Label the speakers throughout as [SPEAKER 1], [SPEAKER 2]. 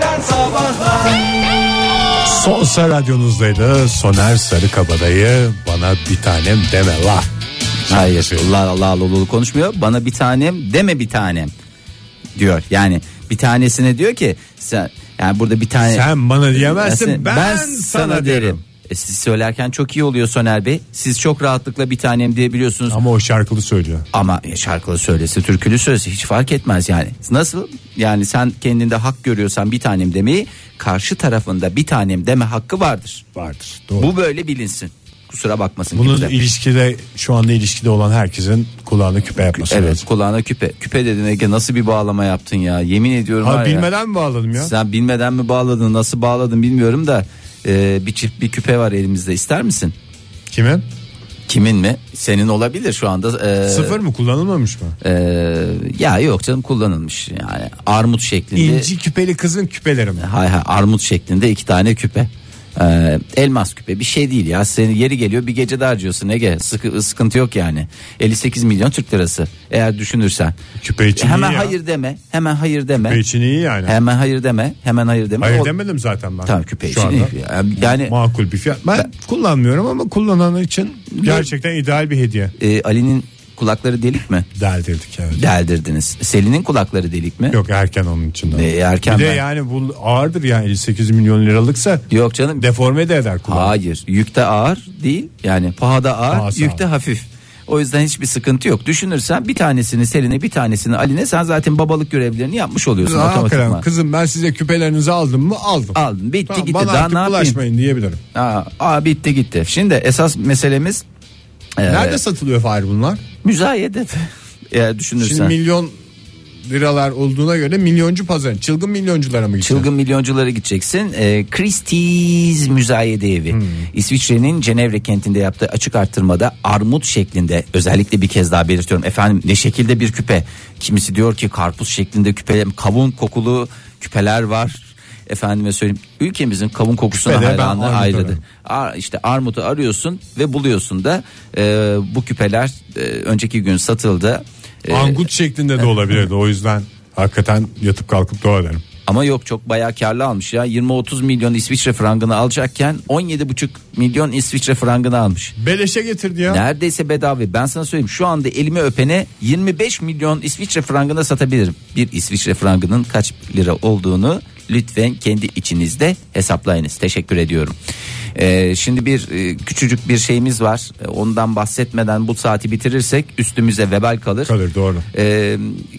[SPEAKER 1] sabahlar
[SPEAKER 2] Sonsa radyonuzdaydı Soner Sarıkabadayı bana bir tanem deme la.
[SPEAKER 3] Hayır
[SPEAKER 2] Şarkısı.
[SPEAKER 3] Allah Allah Allah Allah konuşmuyor. Bana bir tanem deme bir tanem diyor. Yani bir tanesine diyor ki sen yani burada bir tane
[SPEAKER 2] Sen bana diyemezsin
[SPEAKER 3] Aslında
[SPEAKER 2] ben, sana derim.
[SPEAKER 3] E, siz söylerken çok iyi oluyor Soner Bey. Siz çok rahatlıkla bir tanem diyebiliyorsunuz.
[SPEAKER 2] Ama o şarkılı söylüyor.
[SPEAKER 3] Ama e, şarkılı söylesi, türkülü söylesi hiç fark etmez yani. Nasıl? Yani sen kendinde hak görüyorsan bir tanem demeyi karşı tarafında bir tanem deme hakkı vardır.
[SPEAKER 2] Vardır. Doğru.
[SPEAKER 3] Bu böyle bilinsin. Kusura bakmasın.
[SPEAKER 2] Bunun
[SPEAKER 3] kimse.
[SPEAKER 2] ilişkide şu anda ilişkide olan herkesin kulağına küpe yapması
[SPEAKER 3] Evet
[SPEAKER 2] lazım.
[SPEAKER 3] kulağına küpe. Küpe dedin Ege nasıl bir bağlama yaptın ya. Yemin ediyorum
[SPEAKER 2] Ha
[SPEAKER 3] var ya.
[SPEAKER 2] bilmeden mi bağladım ya?
[SPEAKER 3] Sen bilmeden mi bağladın nasıl bağladın bilmiyorum da. e, bir çift bir küpe var elimizde ister misin?
[SPEAKER 2] Kimin?
[SPEAKER 3] Kimin mi? Senin olabilir şu anda. e,
[SPEAKER 2] Sıfır mı kullanılmamış mı?
[SPEAKER 3] e, ya yok canım kullanılmış yani armut şeklinde.
[SPEAKER 2] İnci küpeli kızın küpeleri mi?
[SPEAKER 3] Hay hay armut şeklinde iki tane küpe. E, elmas küpe bir şey değil ya seni yeri geliyor bir gece daha harcıyorsun Ege Sıkı, sıkıntı yok yani 58 milyon Türk lirası eğer düşünürsen E,
[SPEAKER 2] Küpe için
[SPEAKER 3] hemen
[SPEAKER 2] iyi ya.
[SPEAKER 3] hayır deme. Hemen hayır deme.
[SPEAKER 2] Küpe için iyi yani.
[SPEAKER 3] Hemen hayır deme. Hemen hayır deme.
[SPEAKER 2] Hayır
[SPEAKER 3] O-
[SPEAKER 2] demedim zaten ben.
[SPEAKER 3] Tamam küpe
[SPEAKER 2] Şu
[SPEAKER 3] için
[SPEAKER 2] anda.
[SPEAKER 3] iyi. Yani- Yani
[SPEAKER 2] Makul bir fiyat. Ben kullanmıyorum ama kullanan için gerçekten ideal bir hediye.
[SPEAKER 3] e, Ali'nin kulakları delik mi?
[SPEAKER 2] Del dedik yani.
[SPEAKER 3] Deldirdiniz. Selin'in kulakları delik mi?
[SPEAKER 2] Yok erken onun için. daha.
[SPEAKER 3] E, erken
[SPEAKER 2] bir de
[SPEAKER 3] ben-
[SPEAKER 2] yani bu ağırdır yani 58 milyon liralıksa
[SPEAKER 3] Yok canım.
[SPEAKER 2] deforme de eder kulağını.
[SPEAKER 3] Hayır. Yükte ağır değil. Yani pahada ağır,
[SPEAKER 2] Pahası
[SPEAKER 3] yükte hafif. O yüzden hiçbir sıkıntı yok. Düşünürsen bir tanesini Selin'e bir tanesini Ali'ne sen zaten babalık görevlerini yapmış oluyorsun
[SPEAKER 2] Hakikaten
[SPEAKER 3] otomatikman.
[SPEAKER 2] kızım ben size küpelerinizi aldım mı aldım.
[SPEAKER 3] Aldın bitti
[SPEAKER 2] Tamam,
[SPEAKER 3] gitti
[SPEAKER 2] bana
[SPEAKER 3] daha
[SPEAKER 2] artık
[SPEAKER 3] ne yapayım?
[SPEAKER 2] bulaşmayın diyebilirim.
[SPEAKER 3] Aa, aa, bitti gitti. Şimdi esas meselemiz e,
[SPEAKER 2] Nerede satılıyor Fahir bunlar?
[SPEAKER 3] müzayede eğer düşünürsen.
[SPEAKER 2] Şimdi milyon liralar olduğuna göre milyoncu pazar. Çılgın milyonculara mı gidecek?
[SPEAKER 3] Çılgın milyonculara gideceksin. Ee, Christie's Müzayede Evi. İsviçre'nin Cenevre kentinde yaptığı açık arttırmada armut şeklinde özellikle bir kez daha belirtiyorum. Efendim ne şekilde bir küpe? Kimisi diyor ki karpuz şeklinde küpe, kavun kokulu küpeler var. Efendime söyleyeyim ülkemizin kavun kokusuna
[SPEAKER 2] Küpede ben
[SPEAKER 3] hayranı
[SPEAKER 2] armut
[SPEAKER 3] ayrıdır.
[SPEAKER 2] ararım.
[SPEAKER 3] Ar, işte armutu arıyorsun ve buluyorsun da e, bu küpeler e, önceki gün satıldı. E,
[SPEAKER 2] Angut şeklinde de olabilirdi. O yüzden hakikaten yatıp kalkıp dua ederim.
[SPEAKER 3] Ama yok çok bayağı karlı almış ya. 20-30 milyon İsviçre frangını alacakken 17,5 milyon İsviçre frangını almış.
[SPEAKER 2] Beleşe getirdi ya.
[SPEAKER 3] Neredeyse bedava. Ben sana söyleyeyim şu anda elimi öpene 25 milyon İsviçre frangına satabilirim. Bir İsviçre frangının kaç lira olduğunu lütfen kendi içinizde hesaplayınız. Teşekkür ediyorum. Ee, şimdi bir e, küçücük bir şeyimiz var. E, Ondan bahsetmeden bu saati bitirirsek üstümüze vebal kalır.
[SPEAKER 2] Kalır, doğru.
[SPEAKER 3] Ee,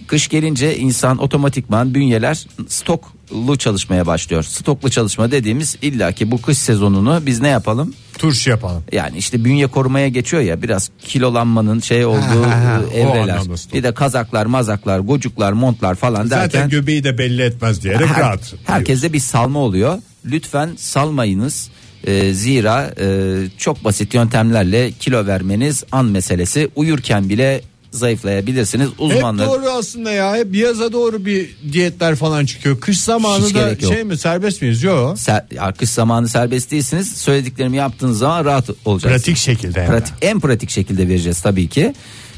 [SPEAKER 3] kış gelince insan otomatikman bünyeler stoklu çalışmaya başlıyor. Stoklu çalışma dediğimiz illaki bu kış sezonunu biz ne yapalım?
[SPEAKER 2] Turşu yapalım.
[SPEAKER 3] Yani işte bünye korumaya geçiyor ya biraz kilolanmanın şey olduğu
[SPEAKER 2] ha,
[SPEAKER 3] e,
[SPEAKER 2] o
[SPEAKER 3] evreler.
[SPEAKER 2] anlamda stok.
[SPEAKER 3] Bir de kazaklar, mazaklar, gocuklar, montlar falan
[SPEAKER 2] Zaten
[SPEAKER 3] derken
[SPEAKER 2] göbeği de belli etmez diyerek
[SPEAKER 3] her-
[SPEAKER 2] rahat.
[SPEAKER 3] herkeste bir salma oluyor. Lütfen salmayınız. Ee, zira e, çok basit yöntemlerle kilo vermeniz an meselesi. Uyurken bile zayıflayabilirsiniz.
[SPEAKER 2] Hep
[SPEAKER 3] Uzmanlar
[SPEAKER 2] doğru aslında ya. Hep yaza doğru bir diyetler falan çıkıyor. Kış zamanı
[SPEAKER 3] Hiç
[SPEAKER 2] da
[SPEAKER 3] gerek yok.
[SPEAKER 2] şey mi serbest miyiz? Yok.
[SPEAKER 3] Ser, ya kış zamanı serbest değilsiniz. Söylediklerimi yaptığınız zaman rahat olacaksınız.
[SPEAKER 2] Pratik şekilde yani.
[SPEAKER 3] Pratik, en pratik şekilde vereceğiz tabii ki.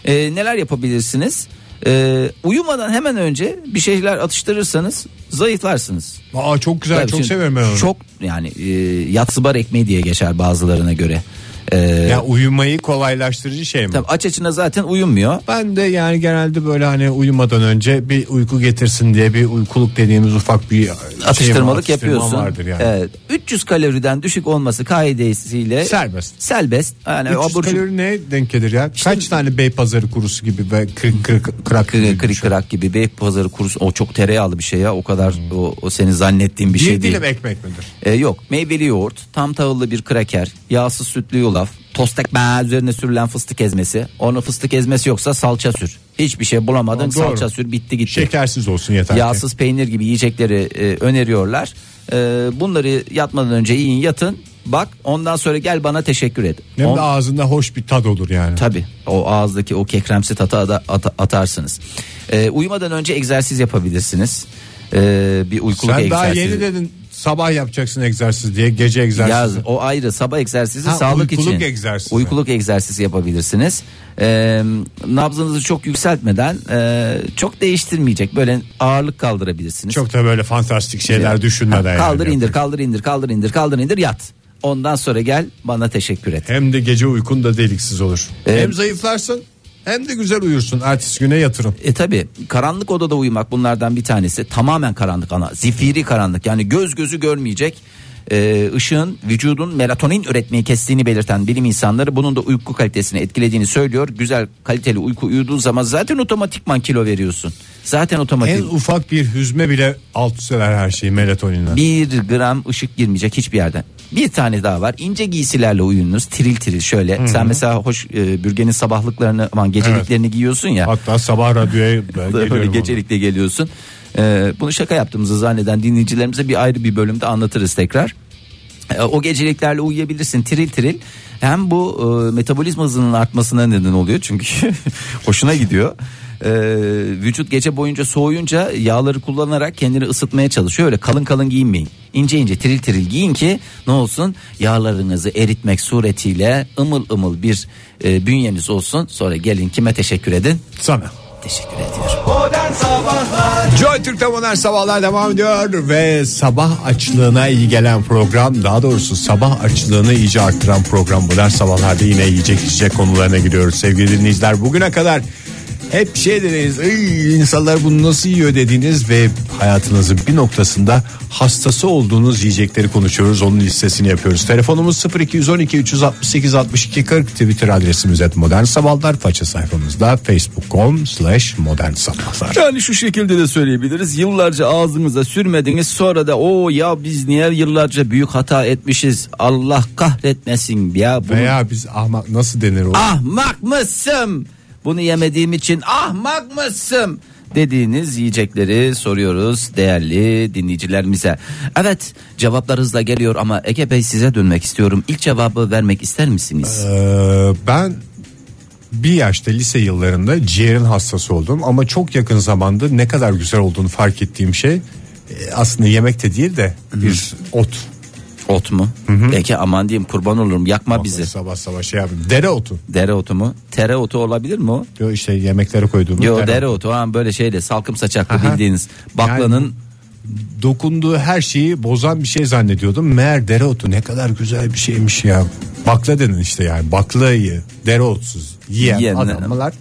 [SPEAKER 3] Ee, neler yapabilirsiniz? Ee, uyumadan hemen önce bir şeyler atıştırırsanız zayıflarsınız.
[SPEAKER 2] Aa çok güzel
[SPEAKER 3] Tabii
[SPEAKER 2] çok
[SPEAKER 3] şimdi
[SPEAKER 2] severim ben onu.
[SPEAKER 3] Çok yani e, yatsı bar ekmeği diye geçer bazılarına göre. Ee,
[SPEAKER 2] Ya uyumayı kolaylaştırıcı şey mi?
[SPEAKER 3] tabii aç açına zaten uyumuyor.
[SPEAKER 2] Ben de yani genelde böyle hani uyumadan önce bir uyku getirsin diye bir uykuluk dediğimiz ufak bir
[SPEAKER 3] atıştırmalık
[SPEAKER 2] şeyim, atıştırmam
[SPEAKER 3] yapıyorsun.
[SPEAKER 2] vardır yani.
[SPEAKER 3] Evet, 300 kaloriden düşük olması kaidesiyle
[SPEAKER 2] Serbest.
[SPEAKER 3] Selbest. Yani
[SPEAKER 2] 300
[SPEAKER 3] abur cubur-
[SPEAKER 2] kalori ne denk gelir ya? Kaç tane bey pazarı kurusu gibi ve kırık kırık kırak
[SPEAKER 3] Kırık
[SPEAKER 2] gibi bir
[SPEAKER 3] kırık
[SPEAKER 2] şey.
[SPEAKER 3] kırak gibi bey pazarı kurusu o çok tereyağlı bir şey ya o kadar o, o senin zannettiğin bir,
[SPEAKER 2] Bir
[SPEAKER 3] şey değil.
[SPEAKER 2] dilim ekmek midir?
[SPEAKER 3] Ee, yok meyveli yoğurt tam tahıllı bir kraker yağsız sütlü yulaf tost ekmeği üzerine sürülen fıstık ezmesi onun fıstık ezmesi yoksa salça sür hiçbir şey bulamadın
[SPEAKER 2] Doğru.
[SPEAKER 3] salça sür bitti gitti.
[SPEAKER 2] Şey, Şekersiz olsun yeter ki.
[SPEAKER 3] Yağsız peynir gibi yiyecekleri e, öneriyorlar. E, bunları yatmadan önce yiyin yatın bak ondan sonra gel bana teşekkür et.
[SPEAKER 2] Hem
[SPEAKER 3] On-
[SPEAKER 2] de ağzında hoş bir tad olur yani.
[SPEAKER 3] Tabi o ağızdaki o kekremsi tatı ada- ata- atarsınız. Ee, uyumadan önce egzersiz yapabilirsiniz. Ee, bir uykuluk
[SPEAKER 2] Sen daha
[SPEAKER 3] egzersizi.
[SPEAKER 2] yeni dedin Sabah yapacaksın egzersiz diye gece
[SPEAKER 3] Yaz,
[SPEAKER 2] egzersizi.
[SPEAKER 3] o ayrı sabah egzersizi
[SPEAKER 2] Ha,
[SPEAKER 3] sağlık
[SPEAKER 2] uykuluk
[SPEAKER 3] için.
[SPEAKER 2] egzersizi.
[SPEAKER 3] Uykuluk egzersizi yapabilirsiniz. Ee, nabzınızı çok yükseltmeden e, çok değiştirmeyecek böyle ağırlık kaldırabilirsiniz.
[SPEAKER 2] Çok da böyle fantastik şeyler
[SPEAKER 3] Ha,
[SPEAKER 2] düşünmeden
[SPEAKER 3] kaldır
[SPEAKER 2] yani.
[SPEAKER 3] indir kaldır indir kaldır indir kaldır indir yat. Ondan sonra gel bana teşekkür et.
[SPEAKER 2] Hem de gece uykun da deliksiz olur.
[SPEAKER 3] Evet.
[SPEAKER 2] Hem zayıflarsın hem de güzel uyursun. Ertesi güne yatırım.
[SPEAKER 3] E tabi karanlık odada uyumak bunlardan bir tanesi tamamen karanlık ana zifiri karanlık yani göz gözü görmeyecek e, ışığın vücudun melatonin üretmeyi kestiğini belirten bilim insanları bunun da uyku kalitesini etkilediğini söylüyor. Güzel kaliteli uyku uyuduğun zaman zaten otomatikman kilo veriyorsun zaten otomatik
[SPEAKER 2] En ufak bir hüzme bile alt üsteler her şeyi melatoninden.
[SPEAKER 3] bir gram ışık girmeyecek hiçbir yerden. Bir tane daha var. ince giysilerle uyunuz. Tiril tiril şöyle. Sen mesela hoş e, bürgenin sabahlıklarını, aman geceliklerini giyiyorsun ya.
[SPEAKER 2] Hatta sabah radyoya ben
[SPEAKER 3] Ee, Böyle
[SPEAKER 2] geliyorum ona.
[SPEAKER 3] gecelikle geliyorsun. Ee, bunu şaka yaptığımızı zanneden dinleyicilerimize bir ayrı bir bölümde anlatırız tekrar. Ee, O geceliklerle uyuyabilirsin tiril tiril. Hem bu e, metabolizma hızının artmasına neden oluyor çünkü hoşuna gidiyor. Ee, vücut gece boyunca soğuyunca yağları kullanarak kendini ısıtmaya çalışıyor. Öyle kalın kalın giyinmeyin. İnce ince tiril tiril giyin ki ne olsun yağlarınızı eritmek suretiyle ımıl ımıl bir e, bünyeniz olsun. Sonra gelin kime teşekkür edin?
[SPEAKER 2] Sana.
[SPEAKER 3] Teşekkür ediyorum.
[SPEAKER 2] Joy Türk'te modern sabahlar devam ediyor ve sabah açlığına iyi gelen program daha doğrusu sabah açlığını iyice arttıran program modern sabahlarda yine yiyecek içecek konularına giriyoruz sevgili dinleyiciler bugüne kadar hep şey dediniz "Iy, insanlar bunu nasıl yiyor dediğiniz ve hayatınızın bir noktasında hastası olduğunuz yiyecekleri konuşuyoruz onun listesini yapıyoruz telefonumuz 0212 368 62 40 twitter adresimiz et modern sabahlar faça sayfamızda facebook.com slash modern sabahlar
[SPEAKER 3] Yani şu şekilde de söyleyebiliriz. Yıllarca ağzımıza sürmediniz sonra da o ya biz niye yıllarca büyük hata etmişiz. Allah kahretmesin ya. Bunu... Ah!
[SPEAKER 2] Veya biz ahmak nasıl denir o?
[SPEAKER 3] Ahmak mısın? Bunu yemediğim için ahmak mısın? Dediğiniz yiyecekleri soruyoruz değerli dinleyicilerimize. Evet cevaplar hızla geliyor ama Ege Bey size dönmek istiyorum. İlk cevabı vermek ister misiniz?
[SPEAKER 2] Ee, ben bir yaşta lise yıllarında ciğerin hastası oldum ama çok yakın zamanda ne kadar güzel olduğunu fark ettiğim şey e, aslında yemek de değil de bir ot.
[SPEAKER 3] Ot mu? Peki aman diyeyim kurban olurum yakma bizi.
[SPEAKER 2] Sabah sabah şey yapayım. Dereotu.
[SPEAKER 3] Dereotu mu? Tereotu olabilir mi o?
[SPEAKER 2] Yo şey, işte yemeklere koyduğumuz
[SPEAKER 3] Yo
[SPEAKER 2] dereotu.
[SPEAKER 3] dereotu ha böyle şeyle salkım saçaklı
[SPEAKER 2] Aha.
[SPEAKER 3] bildiğiniz baklanın
[SPEAKER 2] Yani Dokunduğu her şeyi bozan bir şey zannediyordum. Meğer dereotu ne kadar güzel bir şeymiş ya. Bakla denen işte yani baklayı dereotsuz yiyen
[SPEAKER 3] Yiyen-
[SPEAKER 2] adamlar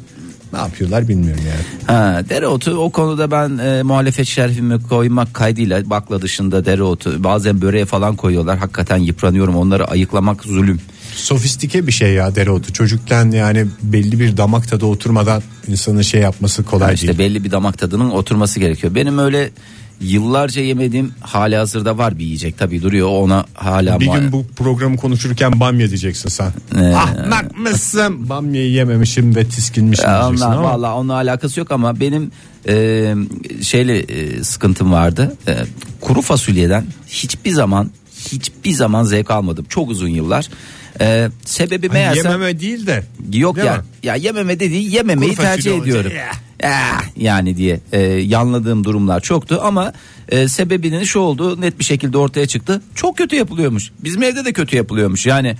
[SPEAKER 2] ne yapıyorlar bilmiyorum yani.
[SPEAKER 3] ha, dereotu o konuda ben e, muhalefet şerfimi koymak kaydıyla bakla dışında dereotu bazen böreğe falan koyuyorlar hakikaten yıpranıyorum onları ayıklamak zulüm.
[SPEAKER 2] Sofistike bir şey ya dereotu. Çocukken yani belli bir damak tadı oturmadan insanın şey yapması kolay
[SPEAKER 3] işte
[SPEAKER 2] değil.
[SPEAKER 3] belli bir damak tadının oturması gerekiyor. Benim öyle yıllarca yemediğim hali hazırda var bir yiyecek tabii duruyor ona hala
[SPEAKER 2] Bir
[SPEAKER 3] muha-
[SPEAKER 2] gün bu programı konuşurken bamya diyeceksin sen.
[SPEAKER 3] Ee.
[SPEAKER 2] Ahmak mısın? Bamyayı yememişim ve tiskinmişim
[SPEAKER 3] Ya
[SPEAKER 2] diyeceksin
[SPEAKER 3] Onunla,
[SPEAKER 2] ama.
[SPEAKER 3] vallahi onunla alakası yok ama benim e, şeyle e, sıkıntım vardı. E, kuru fasulyeden hiçbir zaman hiçbir zaman zevk almadım. Çok uzun yıllar. E, sebebi
[SPEAKER 2] Hani
[SPEAKER 3] meğerse
[SPEAKER 2] Yememe değil de.
[SPEAKER 3] yok
[SPEAKER 2] Değil
[SPEAKER 3] ya.
[SPEAKER 2] mi?
[SPEAKER 3] Ya yememe dediği yememeyi
[SPEAKER 2] Kuru fasulye
[SPEAKER 3] tercih
[SPEAKER 2] olacak.
[SPEAKER 3] ediyorum. Ah, yani diye e, yanladığım durumlar çoktu ama e, sebebinin şu olduğu net bir şekilde ortaya çıktı. Çok kötü yapılıyormuş. Bizim evde de kötü yapılıyormuş. Yani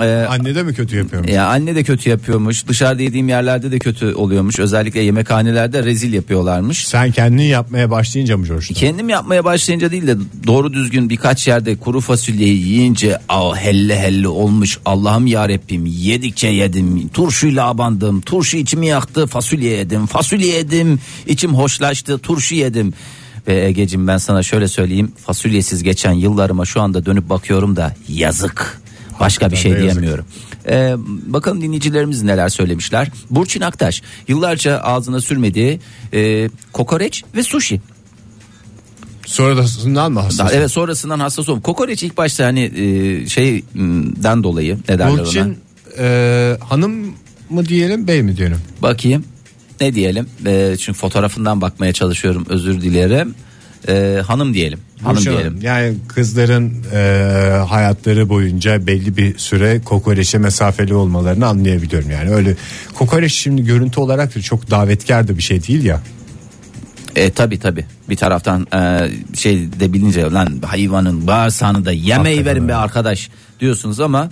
[SPEAKER 3] e,
[SPEAKER 2] Anne de mi kötü yapıyormuş?
[SPEAKER 3] ya anne de kötü yapıyormuş. Dışarıda yediğim yerlerde de kötü oluyormuş. Özellikle yemekhanelerde rezil yapıyorlarmış.
[SPEAKER 2] Sen kendini yapmaya başlayınca mı coştun?
[SPEAKER 3] Kendim yapmaya başlayınca değil de doğru düzgün birkaç yerde kuru fasulyeyi yiyince "Aa, helle helle olmuş Allah'ım yarabbim yedikçe yedim turşuyla abandım turşu içimi yaktı fasulye yedim fasulye yedim içim hoşlaştı turşu yedim ve Ege'cim ben sana şöyle söyleyeyim fasulyesiz geçen yıllarıma şu anda dönüp bakıyorum da yazık başka bir şey
[SPEAKER 2] da yazık.
[SPEAKER 3] diyemiyorum. Bakın bakalım dinleyicilerimiz neler söylemişler. Burçin Aktaş yıllarca ağzına sürmediği e, kokoreç ve sushi.
[SPEAKER 2] Sonrasından mı
[SPEAKER 3] Daha,
[SPEAKER 2] hastasın?
[SPEAKER 3] evet sonrasından hassas oldum. Kokoreç ilk başta hani e, şeyden dolayı ne derler ona?
[SPEAKER 2] Burçin e, hanım mı diyelim bey mi diyelim?
[SPEAKER 3] Bakayım ne diyelim? E, çünkü fotoğrafından bakmaya çalışıyorum özür dilerim. E, hanım diyelim. Hanım
[SPEAKER 2] Burçin
[SPEAKER 3] diyelim.
[SPEAKER 2] Hanım. Yani kızların e, hayatları boyunca belli bir süre kokoreçe mesafeli olmalarını anlayabiliyorum yani. Öyle kokoreç şimdi görüntü olarak da çok davetkar da bir şey değil ya.
[SPEAKER 3] E tabi tabi bir taraftan e, şey de bilince lan hayvanın bağırsağını da yemeği
[SPEAKER 2] Hakikaten
[SPEAKER 3] verin be
[SPEAKER 2] öyle.
[SPEAKER 3] arkadaş diyorsunuz ama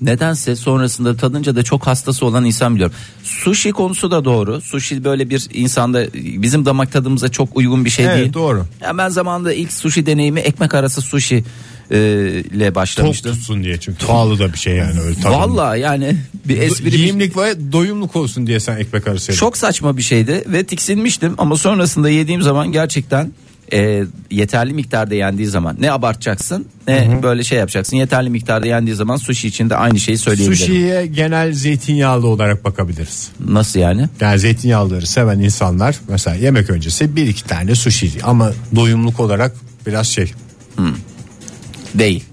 [SPEAKER 3] nedense sonrasında tadınca da çok hastası olan insan biliyorum. Sushi konusu da doğru. Sushi böyle bir insanda bizim damak tadımıza çok uygun bir şey
[SPEAKER 2] Evet,
[SPEAKER 3] değil.
[SPEAKER 2] doğru.
[SPEAKER 3] Ya ben zamanında ilk sushi deneyimi ekmek arası sushi e, ile
[SPEAKER 2] Tok
[SPEAKER 3] başlamıştım.
[SPEAKER 2] tutsun diye çünkü pahalı da bir şey yani öyle tadında.
[SPEAKER 3] Vallahi yani bir espri bir- şey
[SPEAKER 2] Giyimlik ve doyumluk olsun diye sen ekmek arası yedin.
[SPEAKER 3] Çok saçma bir şeydi ve tiksinmiştim ama sonrasında yediğim zaman gerçekten e, yeterli miktarda yendiği zaman ne abartacaksın ne böyle şey yapacaksın yeterli miktarda yendiği zaman sushi için de aynı şeyi söyleyebilirim.
[SPEAKER 2] Sushi'ye genel zeytinyağlı olarak bakabiliriz.
[SPEAKER 3] Nasıl yani?
[SPEAKER 2] Yani zeytinyağlıları seven insanlar mesela yemek öncesi bir iki tane sushi ama doyumluk olarak biraz şey.
[SPEAKER 3] Değil.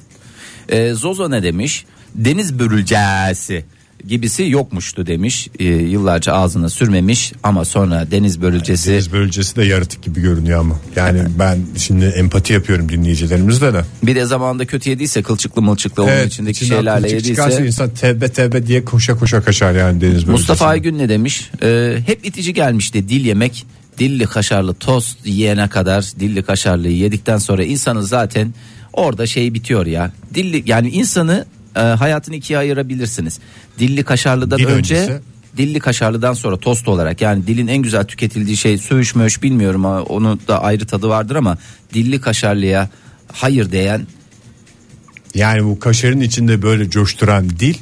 [SPEAKER 3] E, Zozo ne demiş? Deniz börülcesi gibisi yokmuştu demiş. E, yıllarca ağzına sürmemiş ama sonra deniz börülcesi
[SPEAKER 2] Deniz bölgesi de yaratık gibi görünüyor ama. Yani ben şimdi empati yapıyorum dinleyicilerimizle de.
[SPEAKER 3] bir de zamanında kötü yediyse kılçıklı mılçıklı onun içindeki
[SPEAKER 2] içinden
[SPEAKER 3] şeylerle
[SPEAKER 2] kılçık çıkarsa
[SPEAKER 3] yediyse.
[SPEAKER 2] insan tevbe tevbe diye koşa koşa kaçar yani deniz bölgesi.
[SPEAKER 3] Mustafa Aygün ne demiş? Ee, hep itici gelmişti dil yemek. Dilli kaşarlı tost yiyene kadar dilli kaşarlıyı yedikten sonra insanın zaten orada şey bitiyor ya. Dilli yani insanı e, hayatını ikiye ayırabilirsiniz. Dilli kaşarlıdan
[SPEAKER 2] Dil
[SPEAKER 3] önce
[SPEAKER 2] öncesi.
[SPEAKER 3] dilli kaşarlıdan sonra tost olarak yani dilin en güzel tüketildiği şey söğüş möğüş bilmiyorum ama onun da ayrı tadı vardır ama dilli kaşarlıya hayır diyen
[SPEAKER 2] Yani bu kaşarın içinde böyle coşturan dil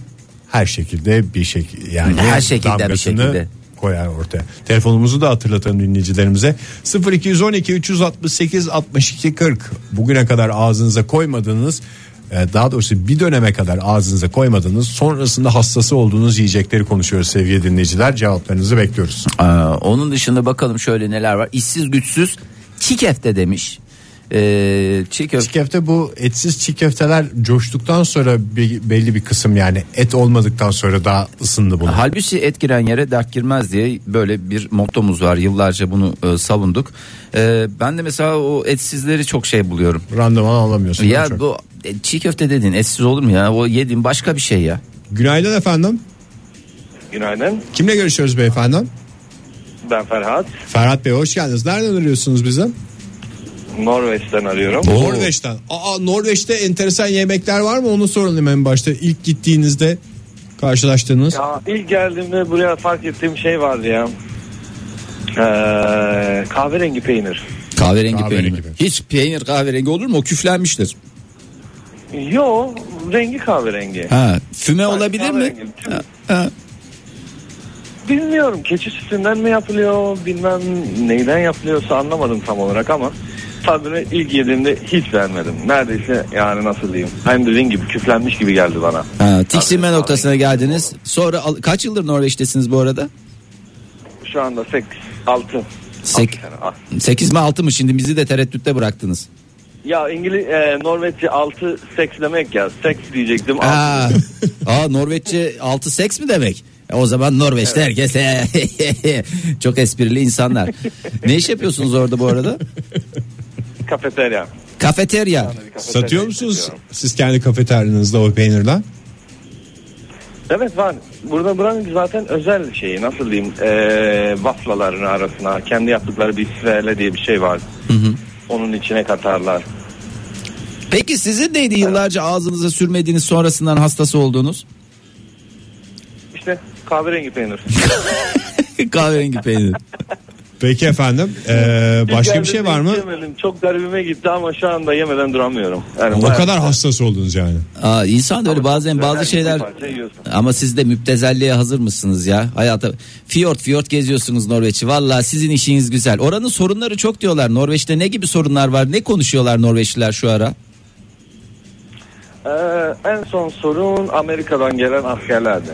[SPEAKER 2] her şekilde bir şekilde yani
[SPEAKER 3] Her şekilde bir
[SPEAKER 2] damgasını
[SPEAKER 3] şekilde.
[SPEAKER 2] koyar ortaya. Telefonumuzu da hatırlatalım dinleyicilerimize. 0212 368 62 40. Bugüne kadar ağzınıza koymadığınız e, daha doğrusu bir döneme kadar ağzınıza koymadığınız sonrasında hastası olduğunuz yiyecekleri konuşuyoruz sevgili dinleyiciler. Cevaplarınızı bekliyoruz.
[SPEAKER 3] Ee, onun dışında bakalım şöyle neler var. İşsiz güçsüz çiğ köfte demiş. Ee, çiğ köfte
[SPEAKER 2] Çiğ köfte bu etsiz çiğ köfteler coştuktan sonra bir- belli bir kısım yani et olmadıktan sonra daha ısındı bunu.
[SPEAKER 3] Halbuki et giren yere dert girmez diye böyle bir mottomuz var. Yıllarca bunu e, savunduk. Ee, ben de mesela o etsizleri çok şey buluyorum.
[SPEAKER 2] Randıman alamıyorsun.
[SPEAKER 3] Ya
[SPEAKER 2] Çok.
[SPEAKER 3] bu e, çiğ köfte dedin etsiz olur mu ya? O yediğin başka bir şey ya.
[SPEAKER 2] Günaydın efendim.
[SPEAKER 1] Günaydın.
[SPEAKER 2] Kimle görüşüyoruz beyefendi?
[SPEAKER 1] Ben Ferhat.
[SPEAKER 2] Ferhat Bey hoş geldiniz. Nereden arıyorsunuz bizi?
[SPEAKER 1] Norveç'ten arıyorum.
[SPEAKER 2] Norveç'ten. Aa Norveç'te enteresan yemekler var mı? Onu soralım en başta. İlk gittiğinizde karşılaştığınız.
[SPEAKER 1] Ya ilk geldiğimde buraya fark ettiğim şey vardı ya. Ee, kahverengi peynir.
[SPEAKER 3] Kahverengi,
[SPEAKER 2] Kahverengi
[SPEAKER 3] peynir.
[SPEAKER 2] peynir.
[SPEAKER 3] Hiç peynir kahverengi olur mu? O küflenmiştir.
[SPEAKER 1] Yo rengi kahverengi.
[SPEAKER 3] Ha, füme
[SPEAKER 1] Sanki
[SPEAKER 3] olabilir mi?
[SPEAKER 1] kahverengi.
[SPEAKER 3] Ha, ha.
[SPEAKER 1] Bilmiyorum keçi sütünden mi yapılıyor bilmem neyden yapılıyorsa anlamadım tam olarak ama tadını ilk yediğimde hiç beğenmedim. Neredeyse yani nasıl diyeyim. Hem dediğin gibi küflenmiş gibi geldi bana.
[SPEAKER 3] Ha, tiksinme noktasına geldiniz. Sonra al- kaç yıldır Norveç'tesiniz bu arada?
[SPEAKER 1] Şu anda 8, 6.
[SPEAKER 3] Sek- 8 mi 6 mı şimdi bizi de tereddütte bıraktınız.
[SPEAKER 1] Ya İngiliz e, Norveççe 6 seks demek ya. Seks diyecektim. altı
[SPEAKER 3] Aa, aa Norveççe 6 seks mi demek? E, O zaman Norveç'te herkes çok esprili insanlar. ne iş yapıyorsunuz orada bu arada?
[SPEAKER 1] Kafeterya.
[SPEAKER 3] Kafeterya.
[SPEAKER 1] Kafeterya
[SPEAKER 2] Satıyor musunuz
[SPEAKER 1] işletiyorum.
[SPEAKER 2] siz kendi kafeteryanızda o peynirden?
[SPEAKER 1] Evet var. Burada buranın zaten özel şeyi nasıl diyeyim eee vaflaların arasına kendi yaptıkları bir israele diye bir şey var. Onun içine katarlar.
[SPEAKER 3] Peki sizin neydi yıllarca ağzınıza sürmediğiniz sonrasından hastası olduğunuz?
[SPEAKER 1] İşte kahverengi peynir.
[SPEAKER 3] Kahverengi peynir.
[SPEAKER 2] Peki efendim. Ee, başka bir şey var mı?
[SPEAKER 1] Yemedim. Çok garibime gitti ama şu anda yemeden duramıyorum. Yani
[SPEAKER 2] O
[SPEAKER 1] bayağı-
[SPEAKER 2] kadar hastası oldunuz yani.
[SPEAKER 3] Aa, insan da öyle bazen
[SPEAKER 1] Özel
[SPEAKER 3] bazı
[SPEAKER 1] bir
[SPEAKER 3] şeyler
[SPEAKER 1] parça yiyorsun.
[SPEAKER 3] ama siz de müptezelliğe hazır mısınız ya? Hayata fiyort fiyort geziyorsunuz Norveç'i. Valla sizin işiniz güzel. Oranın sorunları çok diyorlar. Norveç'te ne gibi sorunlar var? Ne konuşuyorlar Norveçliler şu ara?
[SPEAKER 1] Eee, Ee, en son sorun Amerika'dan gelen askerlerdi.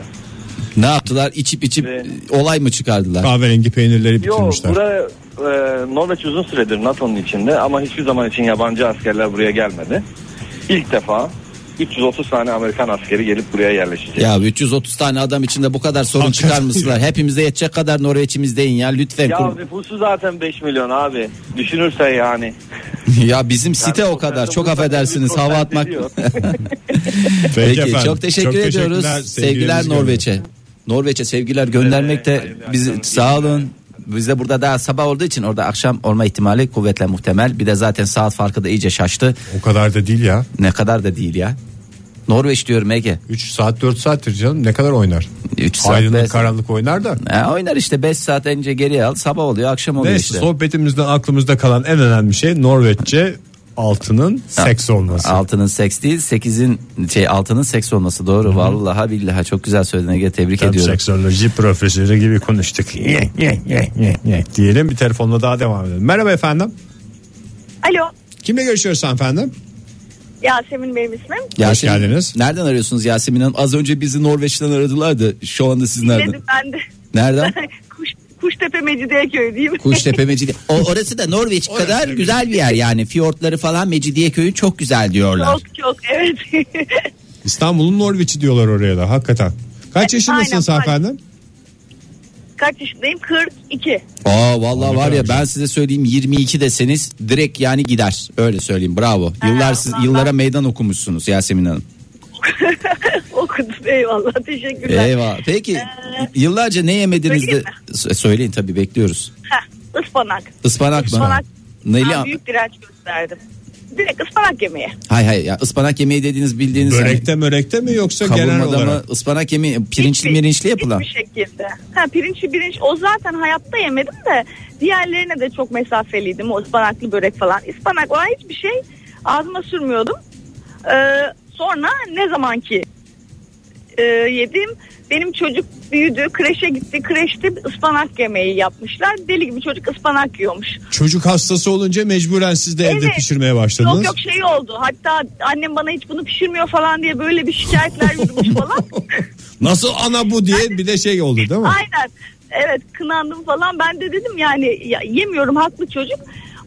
[SPEAKER 3] Ne yaptılar? İçip içip
[SPEAKER 1] Evet.
[SPEAKER 3] e, olay mı çıkardılar?
[SPEAKER 2] Kahverengi peynirleri
[SPEAKER 1] Yok
[SPEAKER 2] bitirmişler.
[SPEAKER 1] buraya e, Norveç uzun süredir NATO'nun içinde ama hiçbir zaman için yabancı askerler buraya gelmedi. İlk defa 330 tane Amerikan askeri gelip buraya yerleşecek.
[SPEAKER 3] Ya 330 tane adam içinde bu kadar sorun
[SPEAKER 2] Hakikaten
[SPEAKER 3] çıkarmışlar. Hepimize yetecek kadar Norveç'imizdeyin ya lütfen.
[SPEAKER 1] Ya
[SPEAKER 3] kur-
[SPEAKER 1] nüfusu zaten 5 milyon abi. Düşünürse yani.
[SPEAKER 3] ya bizim site o kadar. Çok
[SPEAKER 1] Nüfusu
[SPEAKER 3] affedersiniz
[SPEAKER 1] zaten
[SPEAKER 3] hava
[SPEAKER 1] bir
[SPEAKER 3] atmak.
[SPEAKER 1] ediyor.
[SPEAKER 3] Peki,
[SPEAKER 2] efendim.
[SPEAKER 3] çok teşekkür ediyoruz.
[SPEAKER 2] teşekkürler. Sevgilerimizi
[SPEAKER 3] Sevgiler
[SPEAKER 2] gönderiyoruz.
[SPEAKER 3] Norveç'e. Norveç'e sevgiler göndermek de
[SPEAKER 1] hayırlı
[SPEAKER 3] bizi
[SPEAKER 1] akşamlar.
[SPEAKER 3] sağ olun. bizde burada daha sabah olduğu için orada akşam olma ihtimali kuvvetle muhtemel. Bir de zaten saat farkı da iyice şaştı.
[SPEAKER 2] O kadar da değil ya.
[SPEAKER 3] Ne kadar da değil ya. Norveç diyorum Ege.
[SPEAKER 2] 3 saat 4 saattir canım ne kadar oynar.
[SPEAKER 3] Üç saat,
[SPEAKER 2] Aydınlık
[SPEAKER 3] beş-
[SPEAKER 2] karanlık oynar da.
[SPEAKER 3] E, oynar işte 5 saat önce geriye al sabah oluyor akşam oluyor
[SPEAKER 2] Neyse
[SPEAKER 3] işte.
[SPEAKER 2] sohbetimizden aklımızda kalan en önemli şey Norveççe altının seks olması.
[SPEAKER 3] Altının seks değil 8'in şey altının seks olması doğru. Vallahi billahi çok güzel söyledin Ege tebrik
[SPEAKER 2] Tam
[SPEAKER 3] ediyorum.
[SPEAKER 2] seksoloji profesörü gibi konuştuk. Ye, ye, ye, ye, ye Diyelim bir telefonla daha devam edelim. Merhaba efendim.
[SPEAKER 4] Alo.
[SPEAKER 2] Kimle görüşüyoruz efendim?
[SPEAKER 4] Yasemin benim ismim.
[SPEAKER 3] Yasemin,
[SPEAKER 2] geldiniz.
[SPEAKER 3] Nereden arıyorsunuz Yasemin Hanım? Az önce bizi Norveç'ten aradılardı. Şu anda siz nereden?
[SPEAKER 4] Dedim ben de.
[SPEAKER 3] Nereden?
[SPEAKER 4] Kuş, Kuştepe Mecidiyeköy diyeyim.
[SPEAKER 3] Kuştepe Mecidiye. O, orası da Norveç kadar güzel bir yer yani. Fiyortları falan Mecidiyeköy'ü çok güzel diyorlar.
[SPEAKER 4] Çok çok evet.
[SPEAKER 2] İstanbul'un Norveç'i diyorlar oraya da hakikaten. Kaç
[SPEAKER 4] E,
[SPEAKER 2] yaşındasınız
[SPEAKER 4] aynen, aynen.
[SPEAKER 2] efendim?
[SPEAKER 4] Kaç yaşındayım? 42.
[SPEAKER 3] Aa vallahi
[SPEAKER 2] Ne
[SPEAKER 3] var ya
[SPEAKER 2] kadar
[SPEAKER 3] ben size söyleyeyim 22 deseniz direkt yani gider. Öyle söyleyeyim. Bravo. Yıllar siz
[SPEAKER 4] vallahi.
[SPEAKER 3] yıllara meydan okumuşsunuz Yasemin Hanım.
[SPEAKER 4] Okudum eyvallah teşekkürler.
[SPEAKER 3] Eyvah. Peki yıllarca ne yemediniz de
[SPEAKER 4] söyleyeyim
[SPEAKER 3] S- söyleyin tabii bekliyoruz.
[SPEAKER 4] Heh, ıspanak.
[SPEAKER 3] Ispanak mı?
[SPEAKER 4] Ispanak.
[SPEAKER 3] Neli
[SPEAKER 4] Ben büyük direnç gösterdim. Direkt ıspanak yemeğe.
[SPEAKER 3] Hay hay ya ıspanak yemeği dediğiniz bildiğiniz hani
[SPEAKER 2] Börekte mörekte mi yoksa genel
[SPEAKER 3] kavurmada
[SPEAKER 2] olarak?
[SPEAKER 3] mı ıspanak yemeği pirinçli
[SPEAKER 4] Hiçbir-
[SPEAKER 3] mirinçli yapılan.
[SPEAKER 4] Hiçbir şekilde. Ha, pirinçli pirinç o zaten hayatta yemedim de diğerlerine de çok mesafeliydim. O ıspanaklı börek falan. Ispanak olan hiçbir şey ağzıma sürmüyordum. Ee, sonra ne zamanki e, yedim benim çocuk büyüdü kreşe gitti kreşte ıspanak yemeği yapmışlar deli gibi çocuk ıspanak yiyormuş
[SPEAKER 2] Çocuk hastası olunca mecburen siz de evde
[SPEAKER 4] Evet.
[SPEAKER 2] pişirmeye
[SPEAKER 4] Yok
[SPEAKER 2] başladınız.
[SPEAKER 4] yok şey oldu. Hatta annem bana hiç bunu pişirmiyor falan diye böyle bir şikayetler yürümüş falan.
[SPEAKER 2] Nasıl ana bu diye bir de şey oldu değil mi?
[SPEAKER 4] Aynen. Evet kınandım falan. Ben de dedim yani ya, yemiyorum haklı çocuk.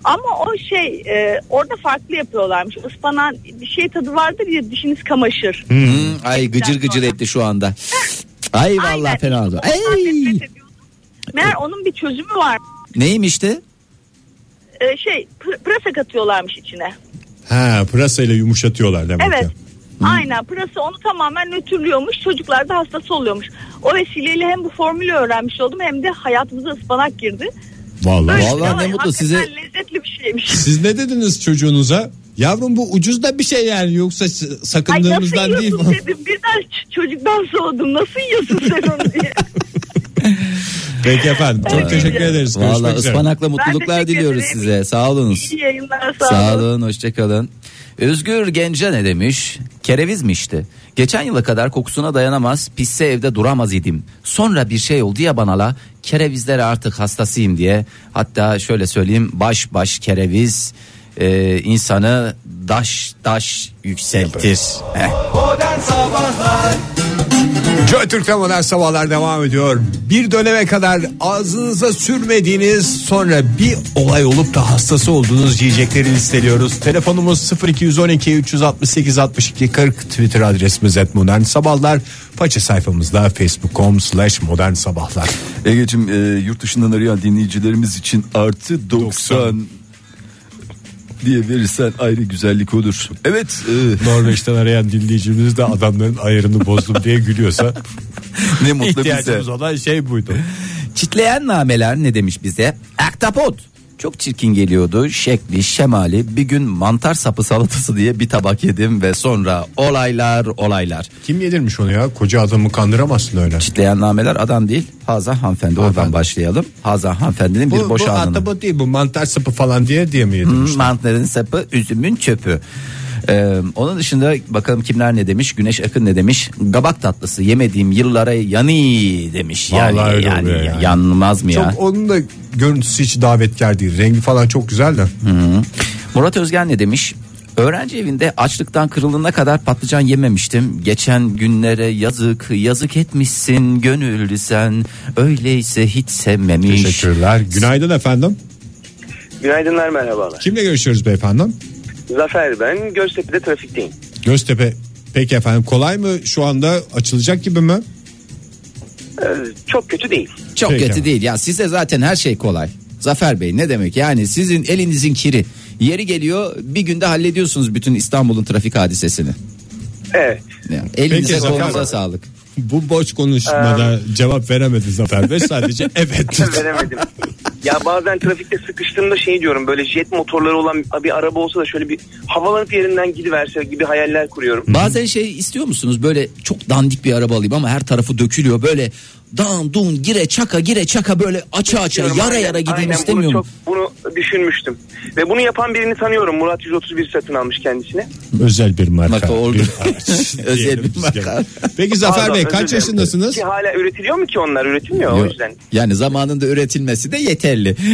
[SPEAKER 4] Ama o şey e, orada farklı yapıyorlarmış. Ispanağın bir şey tadı vardır ya dişiniz kamaşır.
[SPEAKER 3] Hı, ay gıcır gıcır etti şu anda. Ay vallahi
[SPEAKER 4] Aynen.
[SPEAKER 3] fena oldu.
[SPEAKER 4] Ben
[SPEAKER 3] Ay.
[SPEAKER 4] nefret ediyordum. Meğer onun bir çözümü var.
[SPEAKER 3] Neymişti?
[SPEAKER 4] E, şey pır- pırasa katıyorlarmış içine.
[SPEAKER 2] Ha pırasa ile yumuşatıyorlar demek
[SPEAKER 4] Evet.
[SPEAKER 2] ki.
[SPEAKER 4] Aynen pırasa onu tamamen nötrlüyormuş çocuklar da hastası oluyormuş. O vesileyle hem bu formülü öğrenmiş oldum hem de hayatımıza ıspanak girdi.
[SPEAKER 2] Vallahi.
[SPEAKER 4] Böyle
[SPEAKER 3] Vallahi
[SPEAKER 4] bir-
[SPEAKER 3] ne
[SPEAKER 4] Ay,
[SPEAKER 3] mutlu size.
[SPEAKER 4] hakikaten lezzetli bir şeymiş.
[SPEAKER 2] Siz ne dediniz çocuğunuza? Yavrum bu ucuz da bir şey yani yoksa s-
[SPEAKER 4] Ay nasıl
[SPEAKER 2] sakındığımızdan değil
[SPEAKER 4] yiyorsun
[SPEAKER 2] mi?
[SPEAKER 4] dedim. Birden ç- çocuktan soğudum. Nasıl yiyorsun sen onu diye.
[SPEAKER 2] Peki efendim çok
[SPEAKER 4] Evet.
[SPEAKER 2] teşekkür ederiz. Görüşmek
[SPEAKER 3] Vallahi
[SPEAKER 2] üzere.
[SPEAKER 3] ıspanakla mutluluklar
[SPEAKER 4] teşekkür
[SPEAKER 3] diliyoruz
[SPEAKER 4] ederim.
[SPEAKER 3] size. Sağ olunuz.
[SPEAKER 4] İyi yayınlar sağ,
[SPEAKER 3] Sağ
[SPEAKER 4] olun.
[SPEAKER 3] olun, hoşçakalın. Özgür Gence ne demiş? Kerevizmişti. Geçen yıla kadar kokusuna dayanamaz, pisse evde duramaz idim. Sonra bir şey oldu ya bana la, kerevizlere artık hastasıyım diye. Hatta şöyle söyleyeyim, baş baş kereviz e, insanı daş daş yükseltir.
[SPEAKER 2] Eh.
[SPEAKER 3] Heh.
[SPEAKER 2] Joy Türk'te modern sabahlar devam ediyor. Bir döneme kadar ağzınıza sürmediğiniz sonra bir olay olup da hastası olduğunuz yiyecekleri listeliyoruz. Telefonumuz 0212 368 62 40 Twitter adresimiz et modern sabahlar. Faça sayfamızda facebook.com slash modern sabahlar.
[SPEAKER 3] Ege'cim e, yurt dışından arayan dinleyicilerimiz için artı
[SPEAKER 2] 90
[SPEAKER 3] diye verirsen ayrı güzellik olur. Evet e,
[SPEAKER 2] Norveç'ten arayan dinleyicimiz de adamların ayarını bozdum diye gülüyorsa
[SPEAKER 3] ne mutlu bize.
[SPEAKER 2] ihtiyacımız olan şey buydu.
[SPEAKER 3] Çitleyen nameler ne demiş bize? Aktapot. Çok çirkin geliyordu şekli şemali bir gün mantar sapı salatası diye bir tabak yedim ve sonra olaylar olaylar.
[SPEAKER 2] Kim yedirmiş onu ya? Koca adamı kandıramazsın öyle.
[SPEAKER 3] Çitleyen nameler adam değil Hazan hanımefendi oradan başlayalım. Hazan hanımefendinin bir
[SPEAKER 2] Bu, bu
[SPEAKER 3] boşananı.
[SPEAKER 2] ahtapot değil bu mantar sapı falan diye diye mi yedirmiş?
[SPEAKER 3] Hmm, Mantarın sapı, üzümün çöpü. Ee, onun dışında bakalım kimler ne demiş? Güneş Akın ne demiş? Gabak tatlısı yemediğim yıllara yanı demiş. Yani,
[SPEAKER 2] Vallahi öyle
[SPEAKER 3] yani,
[SPEAKER 2] oluyor yani.
[SPEAKER 3] yanmaz mı ya?
[SPEAKER 2] Çok onun da görüntüsü hiç davetkar değil. Rengi falan çok güzel de.
[SPEAKER 3] Hmm, Murat Özgen ne demiş? Öğrenci evinde açlıktan kırılana kadar patlıcan yememiştim. Geçen günlere yazık, yazık etmişsin gönüllü sen. Öyleyse hiç sevmemiş.
[SPEAKER 2] Teşekkürler. Günaydın efendim.
[SPEAKER 5] Günaydınlar merhabalar.
[SPEAKER 2] Kimle görüşüyoruz beyefendi?
[SPEAKER 5] Zafer ben Göztepe'de trafikteyim.
[SPEAKER 2] Göztepe. Peki efendim kolay mı şu anda açılacak gibi mi?
[SPEAKER 5] Ee, çok kötü değil.
[SPEAKER 3] Çok
[SPEAKER 2] Peki.
[SPEAKER 3] kötü değil ya size zaten her şey kolay. Zafer Bey ne demek yani sizin elinizin kiri. Yeri geliyor bir günde hallediyorsunuz bütün İstanbul'un trafik hadisesini.
[SPEAKER 5] Evet.
[SPEAKER 3] Yani elinize
[SPEAKER 2] Zafer Bey.
[SPEAKER 3] kolunuza sağlık.
[SPEAKER 2] Bu boş konuşmada cevap veremedi Zafer Bey. Sadece evet. dedi.
[SPEAKER 5] veremedim. ya bazen trafikte sıkıştığımda şey diyorum böyle jet motorları olan bir araba olsa da şöyle bir havalanıp yerinden gidiverse gibi hayaller kuruyorum.
[SPEAKER 3] Bazen şey istiyor musunuz böyle çok dandik bir araba alayım ama her tarafı dökülüyor böyle dam dun gire çaka gire çaka böyle aça aça
[SPEAKER 5] İstiyorum,
[SPEAKER 3] yara
[SPEAKER 5] aynen,
[SPEAKER 3] yara gideyim
[SPEAKER 5] aynen,
[SPEAKER 3] istemiyorum.
[SPEAKER 5] Bunu, çok, bunu düşünmüştüm. Ve bunu yapan birini tanıyorum. Murat 131 satın almış kendisine.
[SPEAKER 2] Özel bir marka.
[SPEAKER 3] Marka oldu.
[SPEAKER 2] bir araç
[SPEAKER 3] Özel
[SPEAKER 2] şey diyelim
[SPEAKER 3] bir
[SPEAKER 2] biz
[SPEAKER 3] marka.
[SPEAKER 2] gene. Peki Zafer
[SPEAKER 5] Pardon,
[SPEAKER 2] Bey
[SPEAKER 5] özür
[SPEAKER 2] kaç
[SPEAKER 5] dilerim.
[SPEAKER 2] yaşındasınız?
[SPEAKER 5] Ki hala üretiliyor mu ki onlar? Üretilmiyor o
[SPEAKER 3] Yok.
[SPEAKER 5] yüzden.
[SPEAKER 3] Yani zamanında üretilmesi de yeterli.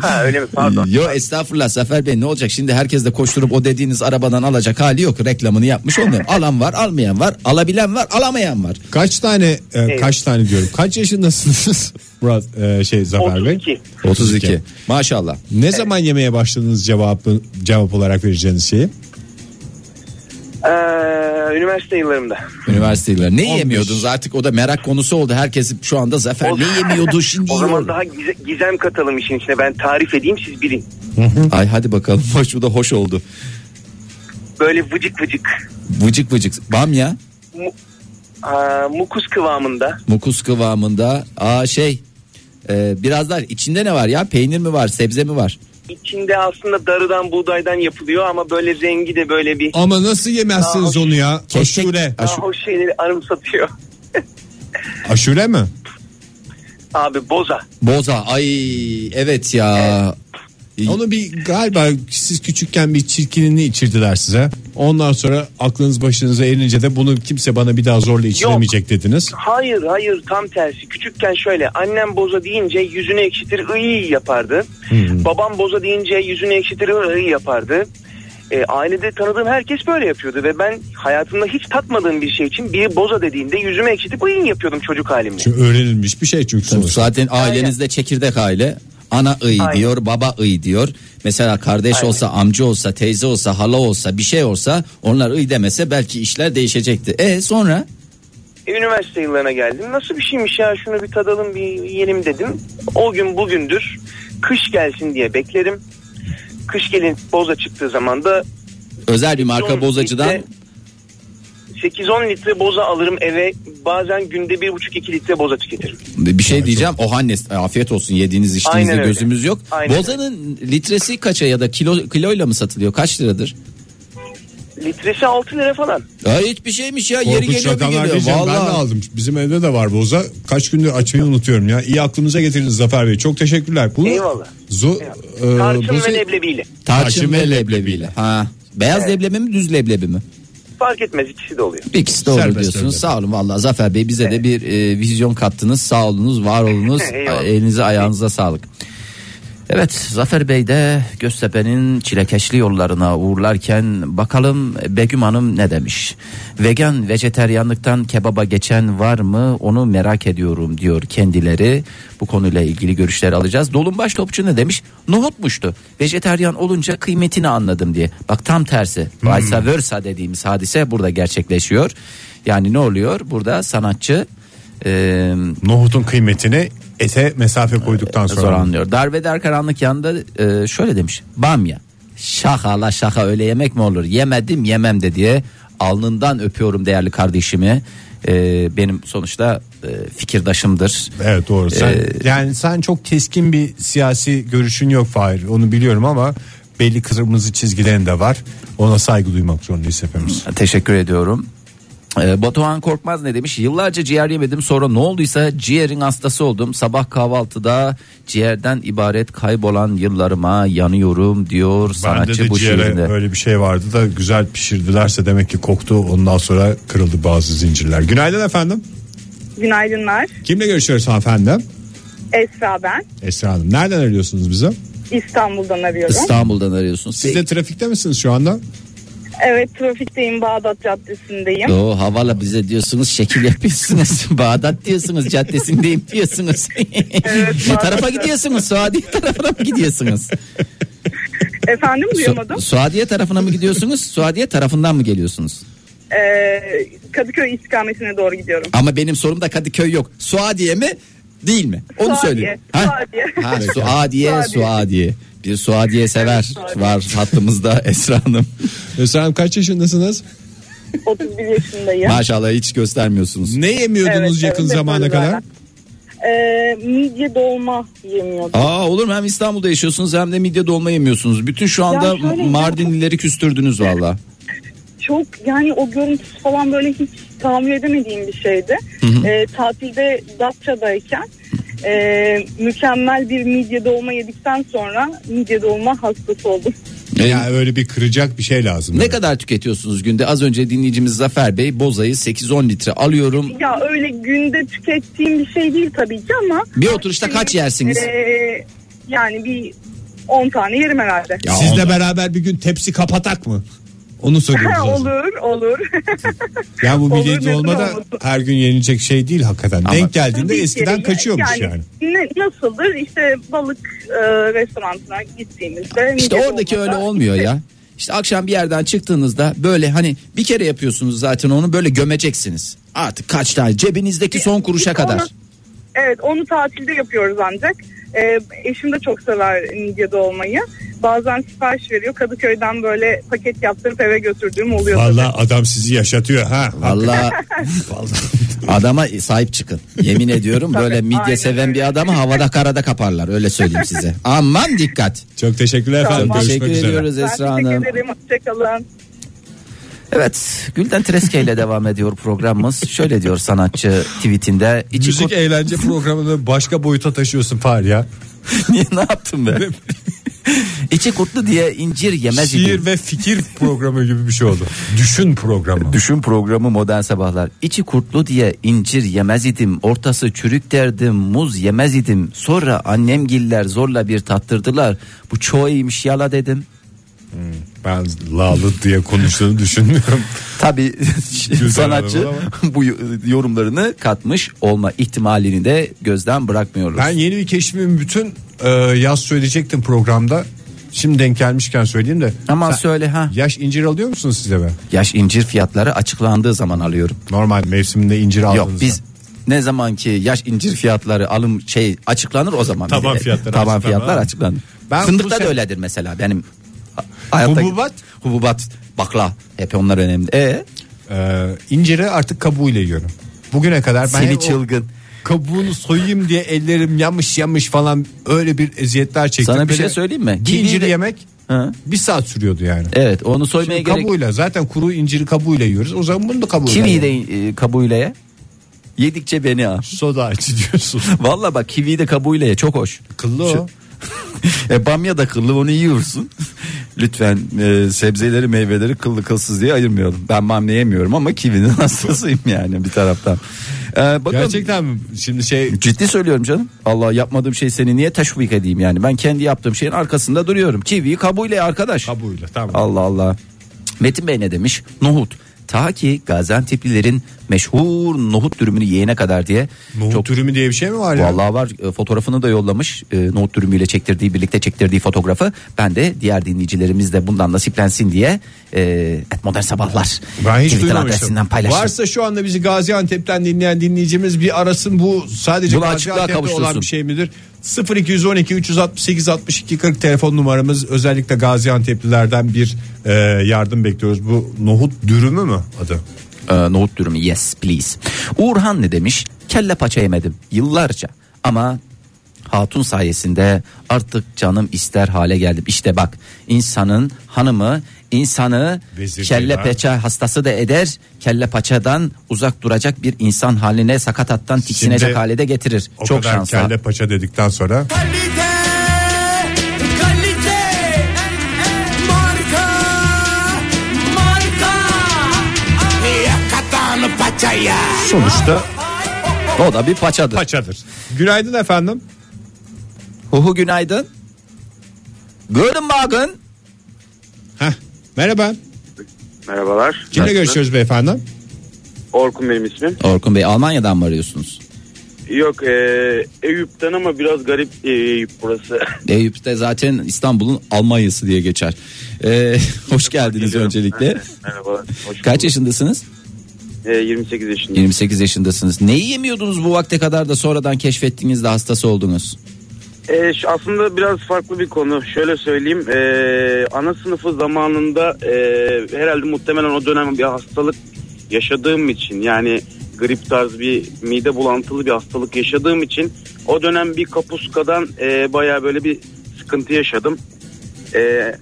[SPEAKER 5] Ha öyle mi? Pardon.
[SPEAKER 3] Yo estağfurullah Zafer Bey ne olacak şimdi herkes de koşturup o dediğiniz arabadan alacak hali yok reklamını yapmış olmuyor. Alan var almayan var alabilen var alamayan var.
[SPEAKER 2] Kaç tane e, kaç tane diyorum. Kaç yaşındasınız? Murat e, şey Zafer Bey.
[SPEAKER 5] 32.
[SPEAKER 3] 32 maşallah.
[SPEAKER 2] Ne zaman yemeye başladınız cevabı cevap olarak vereceğiniz şeyi?
[SPEAKER 5] Ee, üniversite yıllarımda.
[SPEAKER 3] Üniversite yılları. Ne
[SPEAKER 2] 15.
[SPEAKER 3] yemiyordunuz artık o da merak konusu oldu. Herkes şu anda Zafer ne yemiyordu şimdi
[SPEAKER 5] O zaman
[SPEAKER 3] yiyor.
[SPEAKER 5] daha gize- gizem katalım işin içine. Ben tarif edeyim siz bilin.
[SPEAKER 3] Ay hadi bakalım hoş bu da hoş oldu.
[SPEAKER 5] Böyle vıcık vıcık.
[SPEAKER 3] Vıcık vıcık bamya
[SPEAKER 5] Mu- Aa, mukus kıvamında.
[SPEAKER 3] mukus kıvamında aa şey e, biraz daha içinde ne var ya peynir mi var sebze mi var?
[SPEAKER 5] İçinde aslında darıdan buğdaydan yapılıyor ama böyle rengi de böyle bir
[SPEAKER 2] Ama nasıl yemezsiniz onu ya?
[SPEAKER 3] Keşkek-
[SPEAKER 2] Aşure.
[SPEAKER 5] daha hoş şeyleri anımsatıyor.
[SPEAKER 2] Aşure mi?
[SPEAKER 5] Abi boza.
[SPEAKER 3] Boza ay evet ya. İyi.
[SPEAKER 2] Onu bir galiba siz küçükken bir çirkinini içirdiler size. Ondan sonra aklınız başınıza erince de bunu kimse bana bir daha zorla içiremeyecek dediniz.
[SPEAKER 5] Hayır hayır tam tersi. Küçükken şöyle annem boza deyince yüzünü ekşitir iyi yapardı. Babam boza deyince yüzünü ekşitir iyi yapardı. E, ailede tanıdığım herkes böyle yapıyordu ve ben hayatımda hiç tatmadığım bir şey için biri boza dediğinde yüzümü ekşitip iyi yapıyordum çocuk halimle.
[SPEAKER 2] Çünkü öğrenilmiş bir şey çünkü sonuçta.
[SPEAKER 3] Zaten ailenizde çekirdek aile. Ana ıy
[SPEAKER 5] Aynen.
[SPEAKER 3] diyor, baba ıy diyor. Mesela kardeş olsa, amca olsa, teyze olsa, hala olsa, bir şey olsa onlar ıy demese belki işler değişecekti. E sonra
[SPEAKER 5] E, Üniversite yıllarına geldim. Nasıl bir şeymiş ya şunu bir tadalım bir yiyelim dedim. O gün bugündür kış gelsin diye beklerim. Kış gelin boza çıktığı zaman da
[SPEAKER 3] özel bir marka
[SPEAKER 5] 8-10
[SPEAKER 3] bozacıdan
[SPEAKER 5] litre- 8-10 litre boza alırım eve. Bazen günde 1,5-2 litre boza tüketirim.
[SPEAKER 3] bir şey diyeceğim. O hannes afiyet olsun yediğiniz içtiğinizde
[SPEAKER 5] Aynen öyle.
[SPEAKER 3] gözümüz yok.
[SPEAKER 5] Aynen
[SPEAKER 3] Bozanın litresi kaça ya da kilo kiloyla mı satılıyor? Kaç liradır?
[SPEAKER 5] Litresi 6 lira falan.
[SPEAKER 3] Ya hiçbir şeymiş ya. Yeri
[SPEAKER 2] Korkunç
[SPEAKER 3] geliyor bir
[SPEAKER 2] rakamlar
[SPEAKER 3] geliyor.
[SPEAKER 2] diyeceğim, ben de
[SPEAKER 3] Vallahi.
[SPEAKER 2] aldım. Bizim evde de var boza. Kaç gündür açmayı unutuyorum ya. İyi aklınıza getirdiniz Zafer Bey. Çok teşekkürler. Bunu
[SPEAKER 5] Eyvallah.
[SPEAKER 2] Zo, e,
[SPEAKER 5] Tarçın
[SPEAKER 2] boza-
[SPEAKER 5] ve leblebiyle.
[SPEAKER 3] Tarçın
[SPEAKER 2] Tarçın
[SPEAKER 3] ve
[SPEAKER 2] ve
[SPEAKER 3] leblebiyle. Ha. Beyaz leblebi mi düz leblebi mi?
[SPEAKER 5] Fark etmez ikisi de oluyor.
[SPEAKER 3] İkisi de olur
[SPEAKER 2] Serbest
[SPEAKER 3] diyorsunuz.
[SPEAKER 2] öyle.
[SPEAKER 3] Sağ olun vallahi Zafer Bey bize de bir e, vizyon kattınız. Sağ olunuz, var olunuz.
[SPEAKER 5] Eyvallah.
[SPEAKER 3] Elinize ayağınıza sağlık. Evet Zafer Bey de Göztepe'nin çilekeşli yollarına uğurlarken bakalım Begüm Hanım ne demiş? Vegan vejeteryanlıktan kebaba geçen var mı onu merak ediyorum diyor kendileri. Bu konuyla ilgili görüşler alacağız. Dolunbaş Topçu ne demiş? Nohutmuştu. Vejeteryan olunca kıymetini anladım diye. Bak tam tersi. Vice versa dediğimiz hadise burada gerçekleşiyor. Yani ne oluyor? Burada sanatçı eee
[SPEAKER 2] Nohutun kıymetini ete mesafe koyduktan sonra.
[SPEAKER 3] Zor anlıyor. Darbeder karanlık yanında e, şöyle demiş. Bamya. Şaka la şaka öyle yemek mi olur? Yemedim yemem de diye alnından öpüyorum değerli kardeşimi. E, benim sonuçta e, fikirdaşımdır.
[SPEAKER 2] Evet doğru. Sen,
[SPEAKER 3] Ee,
[SPEAKER 2] yani sen çok keskin bir siyasi görüşün yok Fahir. Onu biliyorum ama belli kırmızı çizgilerin de var. Ona saygı duymak zorundayız hepimiz.
[SPEAKER 3] Teşekkür ediyorum. Ee, Batuhan Korkmaz ne demiş? Yıllarca ciğer yemedim sonra ne olduysa ciğerin hastası oldum. Sabah kahvaltıda ciğerden ibaret kaybolan yıllarıma yanıyorum diyor sanatçı
[SPEAKER 2] Bende de
[SPEAKER 3] bu
[SPEAKER 2] ciğere
[SPEAKER 3] şiirinde.
[SPEAKER 2] öyle bir şey vardı da güzel pişirdilerse demek ki koktu. Ondan sonra kırıldı bazı zincirler. Günaydın efendim.
[SPEAKER 4] Günaydınlar.
[SPEAKER 2] Kimle görüşüyoruz hanımefendi?
[SPEAKER 4] Esra ben.
[SPEAKER 2] Esra Hanım. Nereden arıyorsunuz bizi?
[SPEAKER 4] İstanbul'dan arıyorum.
[SPEAKER 3] İstanbul'dan arıyorsunuz.
[SPEAKER 2] Siz de trafikte misiniz şu anda?
[SPEAKER 4] Evet trafikteyim Bağdat Caddesi'ndeyim.
[SPEAKER 3] Yo havala bize diyorsunuz şekil yapıyorsunuz. Bağdat diyorsunuz caddesindeyim diyorsunuz. ne tarafa gidiyorsunuz? Suadiye tarafına mı gidiyorsunuz?
[SPEAKER 4] Efendim duyamadım.
[SPEAKER 3] Su- Suadiye tarafına mı gidiyorsunuz? Suadiye tarafından mı geliyorsunuz?
[SPEAKER 4] Ee, Kadıköy istikametine doğru gidiyorum.
[SPEAKER 3] Ama benim sorumda Kadıköy yok. Suadiye mi? Değil mi? Onu
[SPEAKER 4] Suadiye,
[SPEAKER 3] söyle. Ha?
[SPEAKER 4] Suadiye.
[SPEAKER 3] Ha, Suadiye,
[SPEAKER 4] Suadiye.
[SPEAKER 3] Suadiye. Bir Suadiye sever
[SPEAKER 4] Evet, Suadiye.
[SPEAKER 3] var hattımızda Esra Hanım.
[SPEAKER 2] Esra Hanım kaç yaşındasınız?
[SPEAKER 4] 31 yaşındayım.
[SPEAKER 6] Maşallah hiç göstermiyorsunuz.
[SPEAKER 2] Ne yemiyordunuz
[SPEAKER 4] Evet,
[SPEAKER 2] yakın
[SPEAKER 4] evet,
[SPEAKER 2] zamana
[SPEAKER 4] öyle
[SPEAKER 2] kadar?
[SPEAKER 4] zaten. Ee, midye dolma yemiyordum.
[SPEAKER 6] Aa olur mu? Hem İstanbul'da yaşıyorsunuz hem de midye dolma yemiyorsunuz. Bütün şu anda
[SPEAKER 4] Ya şöyle-
[SPEAKER 6] Mardinlileri küstürdünüz valla.
[SPEAKER 4] Çok yani o görüntüsü falan böyle hiç tahammül edemediğim bir şeydi. Ee, tatilde Datça'dayken e, mükemmel bir midye dolma yedikten sonra midye dolma hastası oldum.
[SPEAKER 2] Ya öyle bir kıracak bir şey lazım.
[SPEAKER 6] Ee, Ne kadar tüketiyorsunuz günde? Az önce dinleyicimiz Zafer Bey bozayı 8-10 litre alıyorum.
[SPEAKER 4] Ya öyle günde tükettiğim bir şey değil tabii ki ama.
[SPEAKER 6] Bir oturuşta kaç yersiniz?
[SPEAKER 4] Ee, yani bir 10 tane yerim herhalde.
[SPEAKER 6] Ya
[SPEAKER 2] Sizle
[SPEAKER 6] ondan-
[SPEAKER 2] beraber bir gün tepsi kapatak mı? Onu soruyoruz. aslında.
[SPEAKER 4] olur olur.
[SPEAKER 2] ya bu
[SPEAKER 4] Olur,
[SPEAKER 2] milliyetçi
[SPEAKER 4] neden
[SPEAKER 2] olma da
[SPEAKER 4] olmasın?
[SPEAKER 2] her gün yenilecek şey değil hakikaten. Denk
[SPEAKER 6] E,
[SPEAKER 2] geldiğinde
[SPEAKER 4] Tabii ki.
[SPEAKER 2] eskiden
[SPEAKER 4] Ya-
[SPEAKER 2] kaçıyormuş yani.
[SPEAKER 4] ne- nasıldır işte balık e, restoranına gittiğimizde.
[SPEAKER 6] İşte
[SPEAKER 4] midye
[SPEAKER 6] oradaki öyle
[SPEAKER 4] dolmada
[SPEAKER 6] olmuyor
[SPEAKER 4] işte
[SPEAKER 6] ya. İşte akşam bir yerden çıktığınızda böyle hani bir kere yapıyorsunuz zaten onu böyle gömeceksiniz. Artık kaç tane cebinizdeki son kuruşa
[SPEAKER 4] Biz
[SPEAKER 6] kadar.
[SPEAKER 4] onu- evet onu tatilde yapıyoruz ancak. Ee, eşim de çok sever midye dolmayı. Bazen sipariş veriyor. Kadıköy'den böyle paket yaptırıp eve götürdüğüm oluyor.
[SPEAKER 2] Vallahi adam sizi yaşatıyor ha.
[SPEAKER 6] Valla adama sahip çıkın. Yemin ediyorum böyle
[SPEAKER 4] Tabii,
[SPEAKER 6] midye
[SPEAKER 4] aynen
[SPEAKER 6] seven
[SPEAKER 4] öyle.
[SPEAKER 6] bir adamı havada karada kaparlar öyle söyleyeyim size. Aman dikkat.
[SPEAKER 2] Çok teşekkürler efendim.
[SPEAKER 4] Tamam.
[SPEAKER 2] Görüşmek
[SPEAKER 6] Teşekkür
[SPEAKER 2] üzere.
[SPEAKER 6] ediyoruz
[SPEAKER 4] Ben
[SPEAKER 6] Esra
[SPEAKER 4] teşekkür
[SPEAKER 6] Hanım.
[SPEAKER 4] ederim. Hoşçakalın.
[SPEAKER 3] Evet Gülden Treske ile devam ediyor programımız. Şöyle diyor sanatçı tweetinde. içi
[SPEAKER 2] Müzik
[SPEAKER 3] kurt-
[SPEAKER 2] eğlence programını başka boyuta taşıyorsun Fahri ya.
[SPEAKER 3] Niye ne yaptım ben? İçi kurtlu diye incir yemez idim.
[SPEAKER 2] Şiir ve fikir programı gibi bir şey oldu. Düşün programı.
[SPEAKER 3] Düşün programı modern sabahlar. İçi kurtlu diye incir yemez idim. Ortası çürük derdim. Muz yemez idim. Sonra annemgiller zorla bir tattırdılar. Bu çoğu iyiymiş yala dedim.
[SPEAKER 2] Ben lalı diye konuştuğunu düşünmüyorum.
[SPEAKER 3] Tabi sanatçı
[SPEAKER 2] arada
[SPEAKER 3] bu yorumlarını katmış olma ihtimalini de gözden bırakmıyoruz.
[SPEAKER 2] Ben yeni bir keşfimin bütün e, yaz söyleyecektim programda. Şimdi denk gelmişken söyleyeyim de.
[SPEAKER 3] Ama
[SPEAKER 2] Sen-
[SPEAKER 3] söyle ha.
[SPEAKER 2] Yaş incir alıyor musunuz siz eve?
[SPEAKER 3] Yaş incir fiyatları açıklandığı zaman alıyorum.
[SPEAKER 2] Normal mevsiminde incir aldığınızda.
[SPEAKER 3] Yok biz ne zaman ki yaş incir fiyatları alım şey açıklanır o zaman.
[SPEAKER 2] Taban
[SPEAKER 3] bize-
[SPEAKER 2] fiyatları
[SPEAKER 3] Taban
[SPEAKER 2] açıklanır.
[SPEAKER 3] fiyatlar açıklanır.
[SPEAKER 2] Ben
[SPEAKER 3] Fındıkta
[SPEAKER 2] bu
[SPEAKER 3] da
[SPEAKER 2] se-
[SPEAKER 3] öyledir mesela benim. ha- hayatta-
[SPEAKER 2] Hububat?
[SPEAKER 3] Hububat, bakla hep onlar önemli. E
[SPEAKER 2] E, inciri artık kabuğuyla yiyorum. Bugüne kadar ben
[SPEAKER 3] seni
[SPEAKER 2] hep o
[SPEAKER 3] çılgın.
[SPEAKER 2] kabuğunu soyayım diye ellerim yanmış yanmış falan öyle bir eziyetler çektim.
[SPEAKER 3] Sana bir
[SPEAKER 2] de
[SPEAKER 3] şey söyleyeyim mi?
[SPEAKER 2] bir
[SPEAKER 3] Kiwi
[SPEAKER 2] inciri
[SPEAKER 3] de-
[SPEAKER 2] yemek
[SPEAKER 3] Hı.
[SPEAKER 2] bir saat sürüyordu yani.
[SPEAKER 3] Evet onu
[SPEAKER 2] Şimdi
[SPEAKER 3] soymaya gerek.
[SPEAKER 2] kabuğuyla zaten kuru inciri kabuğuyla yiyoruz. O zaman bunu da kabuğuyla.
[SPEAKER 3] Kivi
[SPEAKER 2] yiyorum.
[SPEAKER 3] de e, kabuğuyla ye. Yedikçe beni ha.
[SPEAKER 2] soda açı diyorsun.
[SPEAKER 3] Valla bak kivi de kabuğuyla ye çok hoş.
[SPEAKER 2] Kıllı
[SPEAKER 3] Şu-
[SPEAKER 2] o.
[SPEAKER 3] E, bamya da kıllı onu yiyorsun. Lütfen e, sebzeleri meyveleri kıllı kılsız diye ayırmayalım. Ben bamya yemiyorum ama kivinin hastasıyım yani bir taraftan. E, bakalım.
[SPEAKER 2] Gerçekten mi? Şimdi şey
[SPEAKER 3] Ciddi söylüyorum canım. Allah yapmadığım şey seni niye teşvik edeyim yani. Ben kendi yaptığım şeyin arkasında duruyorum. Kiviyi kabuğuyla arkadaş.
[SPEAKER 2] kabuğuyla tamam.
[SPEAKER 3] Allah Allah. Metin Bey ne demiş? Nohut. Ta ki Gaziantep'lilerin meşhur nohut dürümünü yiyene kadar diye.
[SPEAKER 2] Nohut
[SPEAKER 3] çok
[SPEAKER 2] dürümü diye bir şey mi var ya?
[SPEAKER 3] Vallahi var E, fotoğrafını da yollamış E, nohut dürümüyle çektirdiği birlikte çektirdiği fotoğrafı ben de diğer dinleyicilerimiz de bundan nasiplensin diye e, et modern sabahlar
[SPEAKER 2] Ben hiç
[SPEAKER 3] Twitter
[SPEAKER 2] duymamıştım.
[SPEAKER 3] adresinden paylaştım.
[SPEAKER 2] Varsa şu anda bizi Gaziantep'ten dinleyen dinleyicimiz bir arasın bu sadece
[SPEAKER 3] Bunu açıklığa
[SPEAKER 2] Gaziantep'te
[SPEAKER 3] kavuştursun.
[SPEAKER 2] olan bir şey midir? 0212 368 62 40 telefon numaramız özellikle Gaziantep'lilerden bir e, yardım bekliyoruz. Bu nohut dürümü mü adı?
[SPEAKER 3] E, nohut dürümü yes please. Uğurhan ne demiş? Kelle paça yemedim yıllarca ama hatun sayesinde artık canım ister hale geldim. İşte bak insanın hanımı insanı
[SPEAKER 2] Vezir
[SPEAKER 3] kelle
[SPEAKER 2] Ceylan.
[SPEAKER 3] paça hastası da eder. Kelle paçadan uzak duracak bir insan haline sakatattan tiksinecek
[SPEAKER 2] Şimdi
[SPEAKER 3] hale de getirir.
[SPEAKER 2] O
[SPEAKER 3] Çok
[SPEAKER 2] kadar
[SPEAKER 3] şanslı.
[SPEAKER 2] kelle paça dedikten sonra sonuçta
[SPEAKER 3] O da bir paçadır.
[SPEAKER 2] paçadır. Günaydın efendim.
[SPEAKER 3] Huhu günaydın. Gülüm bakın.
[SPEAKER 2] Heh, merhaba.
[SPEAKER 5] Merhabalar.
[SPEAKER 2] Kimle görüşüyoruz beyefendi?
[SPEAKER 5] Orkun benim ismim.
[SPEAKER 3] Orkun Bey Almanya'dan mı arıyorsunuz?
[SPEAKER 5] Yok e, Eyüp'ten ama biraz garip e, Eyüp burası.
[SPEAKER 3] Eyüp'te zaten İstanbul'un Almanya'sı diye geçer. Ee, hoş geldiniz
[SPEAKER 5] Geliyorum.
[SPEAKER 3] öncelikle.
[SPEAKER 5] Merhabalar. Hoş
[SPEAKER 3] Kaç
[SPEAKER 5] bulduk.
[SPEAKER 3] yaşındasınız?
[SPEAKER 5] E, 28 yaşındayım.
[SPEAKER 3] 28 yaşındasınız. Neyi yemiyordunuz bu vakte kadar da sonradan keşfettiniz de hastası oldunuz?
[SPEAKER 7] Ee, şu aslında biraz farklı bir konu. Şöyle söyleyeyim. ee, ana sınıfı zamanında ee, herhalde muhtemelen o dönem bir hastalık yaşadığım için yani grip tarzı bir mide bulantılı bir hastalık yaşadığım için o dönem bir kapuskadan ee, baya böyle bir sıkıntı yaşadım. Ee,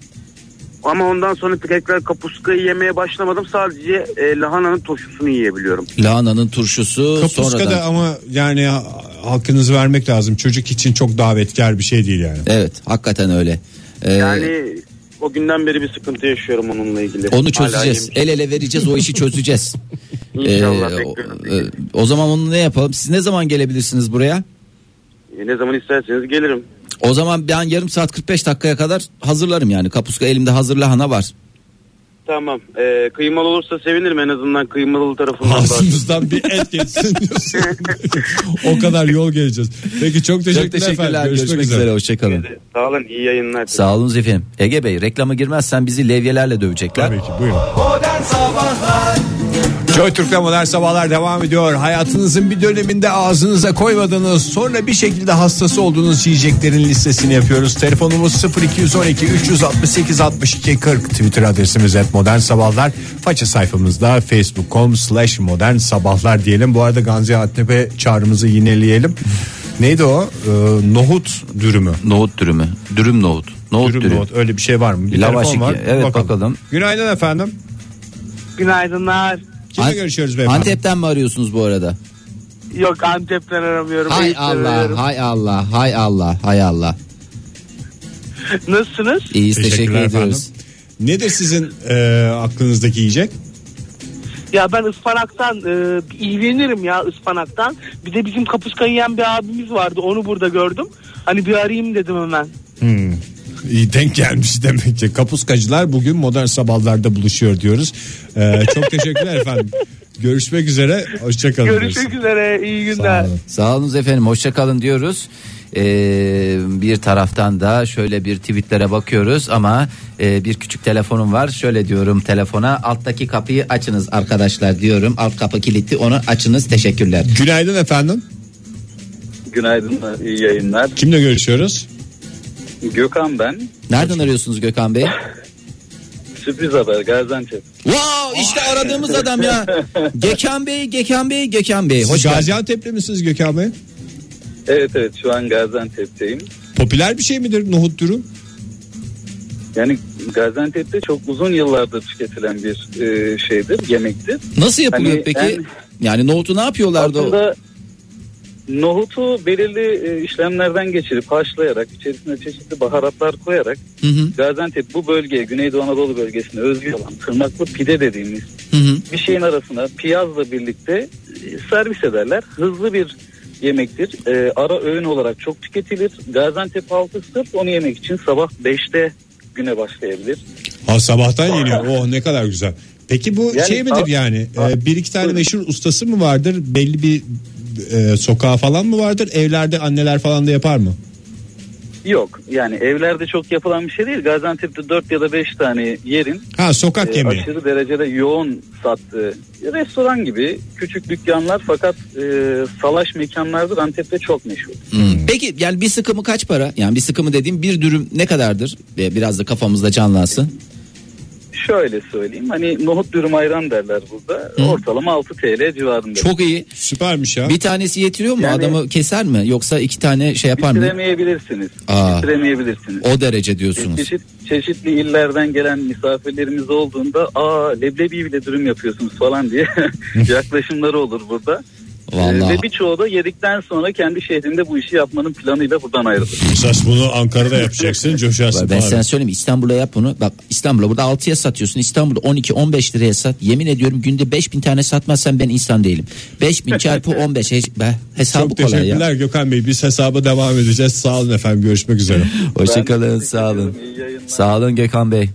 [SPEAKER 7] ama ondan sonra tekrar kapuskayı yemeye başlamadım. Sadece ee, lahananın turşusunu yiyebiliyorum.
[SPEAKER 3] Lahananın turşusu
[SPEAKER 2] Kapuska
[SPEAKER 3] sonradan.
[SPEAKER 2] da ama yani ha- hakkınızı vermek lazım. Çocuk için çok davetkar bir şey değil yani.
[SPEAKER 3] Evet hakikaten öyle. Ee,
[SPEAKER 7] Yani o günden beri bir sıkıntı yaşıyorum onunla ilgili.
[SPEAKER 3] Onu
[SPEAKER 7] Hala
[SPEAKER 3] çözeceğiz.
[SPEAKER 7] yemiş-
[SPEAKER 3] El ele vereceğiz o işi çözeceğiz.
[SPEAKER 7] İnşallah,
[SPEAKER 3] Ee, o-
[SPEAKER 7] bekliyorum.
[SPEAKER 3] e, o zaman onu ne yapalım? Siz ne zaman gelebilirsiniz buraya?
[SPEAKER 7] E, Ne zaman isterseniz gelirim.
[SPEAKER 3] O zaman ben yarım saat 45 dakikaya kadar hazırlarım yani. Kapuska elimde hazır lahana var.
[SPEAKER 7] Tamam. E, kıymalı olursa sevinirim en azından kıymalı tarafından. bahsedeyim.
[SPEAKER 2] Ağzımızdan bir et geçsin diyorsun. o kadar yol geleceğiz. Peki çok teşekkürler,
[SPEAKER 3] Çok teşekkürler.
[SPEAKER 2] efendim.
[SPEAKER 3] Görüşmek, üzere. Hoşçakalın.
[SPEAKER 7] Sağ olun iyi yayınlar.
[SPEAKER 8] Sağ olunuz efendim. Ege Bey reklama girmezsen bizi levyelerle dövecekler.
[SPEAKER 2] Tabii ki buyurun. Joy Türk'te modern sabahlar devam ediyor. Hayatınızın bir döneminde ağzınıza koymadığınız sonra bir şekilde hastası olduğunuz yiyeceklerin listesini yapıyoruz. Telefonumuz 0212 368 62 40 Twitter adresimiz et modern sabahlar. Faça sayfamızda facebook.com slash modern sabahlar diyelim. Bu arada Gaziantep'e çağrımızı yineleyelim. Neydi o? Ee, nohut dürümü.
[SPEAKER 8] Nohut dürümü. Dürüm nohut. Nohut
[SPEAKER 2] Dürüm,
[SPEAKER 8] dürüm.
[SPEAKER 2] nohut öyle bir şey var mı? Bir
[SPEAKER 8] Lavaş
[SPEAKER 2] telefon var.
[SPEAKER 8] iki. Evet, bakalım.
[SPEAKER 2] Günaydın efendim.
[SPEAKER 9] Günaydınlar.
[SPEAKER 2] Kimle
[SPEAKER 3] An-
[SPEAKER 2] görüşüyoruz beyefendi?
[SPEAKER 3] Antep'ten mi arıyorsunuz bu arada?
[SPEAKER 9] Yok Antep'ten aramıyorum.
[SPEAKER 3] Hay
[SPEAKER 9] Eyüp'ten arıyorum.
[SPEAKER 3] Allah, hay Allah, hay Allah, hay Allah.
[SPEAKER 9] Nasılsınız?
[SPEAKER 3] İyiyiz teşekkür
[SPEAKER 2] Teşekkürler
[SPEAKER 3] ediyoruz.
[SPEAKER 2] efendim. Nedir sizin e, aklınızdaki yiyecek?
[SPEAKER 9] Ya ben ıspanaktan e, iğrenirim ya ıspanaktan. Bir de bizim kapuska yiyen bir abimiz vardı. Onu burada gördüm. Hani bir arayayım dedim hemen.
[SPEAKER 8] Hmm.
[SPEAKER 2] İyi denk gelmiş demek ki. Kapuskacılar bugün modern sabahlarda buluşuyor diyoruz. E, çok teşekkürler efendim. Görüşmek üzere. Hoşçakalın.
[SPEAKER 9] Görüşmek üzere. iyi
[SPEAKER 2] Sağ
[SPEAKER 9] günler.
[SPEAKER 2] olun.
[SPEAKER 8] Sağ olunuz efendim hoşça kalın diyoruz. Ee, bir taraftan da şöyle bir tweetlere bakıyoruz ama e, bir küçük telefonum var. Şöyle diyorum telefona alttaki kapıyı açınız arkadaşlar diyorum. Alt kapı kilitli onu açınız teşekkürler.
[SPEAKER 2] Günaydın efendim.
[SPEAKER 10] Günaydınlar, iyi yayınlar.
[SPEAKER 2] Kimle görüşüyoruz?
[SPEAKER 10] Gökhan ben.
[SPEAKER 3] Nereden arıyorsunuz Gökhan Bey?
[SPEAKER 10] Sürpriz haber Gaziantep.
[SPEAKER 3] Wow işte aradığımız adam ya. Gökhan Bey, Gökhan Bey, Gökhan
[SPEAKER 8] E,
[SPEAKER 3] Bey. Hoş
[SPEAKER 2] Siz
[SPEAKER 3] geldiniz.
[SPEAKER 2] Gaziantep'li misiniz Gökhan Bey?
[SPEAKER 10] Evet evet şu an Gaziantep'teyim.
[SPEAKER 2] Popüler bir şey midir nohut dürüm?
[SPEAKER 10] Yani Gaziantep'te çok uzun yıllardır tüketilen bir e, şeydir, yemektir.
[SPEAKER 3] Nasıl yapılıyor
[SPEAKER 10] Hani
[SPEAKER 3] peki?
[SPEAKER 10] ben-
[SPEAKER 3] Yani nohutu ne yapıyorlardı? o?
[SPEAKER 10] Aslında nohutu belirli e, işlemlerden geçirip haşlayarak, içerisine çeşitli baharatlar koyarak
[SPEAKER 3] Hı hı,
[SPEAKER 10] Gaziantep bu bölgeye, Güneydoğu Anadolu bölgesine özgü olan tırnaklı pide dediğimiz
[SPEAKER 3] hı hı.
[SPEAKER 10] bir şeyin arasına piyazla birlikte e, servis ederler. Hızlı bir yemektir. E, ara öğün olarak çok tüketilir. Gaziantep halkı sırf onu yemek için sabah 5'te güne başlayabilir.
[SPEAKER 2] Ha sabahtan yeniyor. Oh ne kadar güzel. Peki bu
[SPEAKER 10] Yani
[SPEAKER 2] şey midir
[SPEAKER 10] sab-
[SPEAKER 2] yani?
[SPEAKER 10] Ha,
[SPEAKER 2] Ee, bir iki tane
[SPEAKER 10] buyurun.
[SPEAKER 2] meşhur ustası mı vardır? Belli bir e, sokağa falan mı vardır? Evlerde anneler falan da yapar mı?
[SPEAKER 10] Yok yani evlerde çok yapılan bir şey değil. Gaziantep'te 4 ya da 5 tane yerin
[SPEAKER 2] Ha sokak
[SPEAKER 10] e,
[SPEAKER 2] yemeği.
[SPEAKER 10] aşırı derecede yoğun sattığı restoran gibi küçük dükkanlar fakat e, salaş mekanlardır Antep'te çok meşhur.
[SPEAKER 3] Peki yani bir sıkımı kaç para? Yani bir sıkımı dediğim bir dürüm ne kadardır? Ve Biraz da kafamızda canlansın.
[SPEAKER 10] Şöyle söyleyeyim hani nohut dürüm ayran derler burada. Ortalama 6 TL civarında.
[SPEAKER 3] Çok iyi.
[SPEAKER 2] Süpermiş ya.
[SPEAKER 3] Bir tanesi yetiriyor mu?
[SPEAKER 10] Yani-
[SPEAKER 3] Adamı keser mi? Yoksa iki tane şey yapar mı?
[SPEAKER 10] Bitiremeyebilirsiniz.
[SPEAKER 3] Aa.
[SPEAKER 10] Bitiremeyebilirsiniz.
[SPEAKER 3] O derece diyorsunuz.
[SPEAKER 10] Çeşit, çeşitli illerden gelen misafirlerimiz olduğunda aa leblebi bile dürüm yapıyorsunuz falan diye yaklaşımları olur burada. Ee,
[SPEAKER 3] Vallahi.
[SPEAKER 10] Ve birçoğu da yedikten sonra kendi şehrinde bu işi yapmanın planıyla buradan ayrılır.
[SPEAKER 2] Esas bunu Ankara'da yapacaksın coşarsın.
[SPEAKER 3] Ben
[SPEAKER 2] abi.
[SPEAKER 3] sana söyleyeyim İstanbul'a yap bunu. Bak İstanbul'a burada 6'ya satıyorsun. İstanbul'da 12-15 liraya sat. Yemin ediyorum günde 5000 tane satmazsan ben insan değilim. 5000 çarpı 15 He- be, hesabı
[SPEAKER 2] Çok
[SPEAKER 3] kolay ya.
[SPEAKER 2] teşekkürler Gökhan Bey. Biz hesaba devam edeceğiz. Sağ olun efendim. Görüşmek üzere.
[SPEAKER 3] Hoşçakalın
[SPEAKER 10] Ben teşekkür
[SPEAKER 3] sağ olun.
[SPEAKER 10] ederim, iyi yayınlar.
[SPEAKER 8] Sağ olun Gökhan Bey.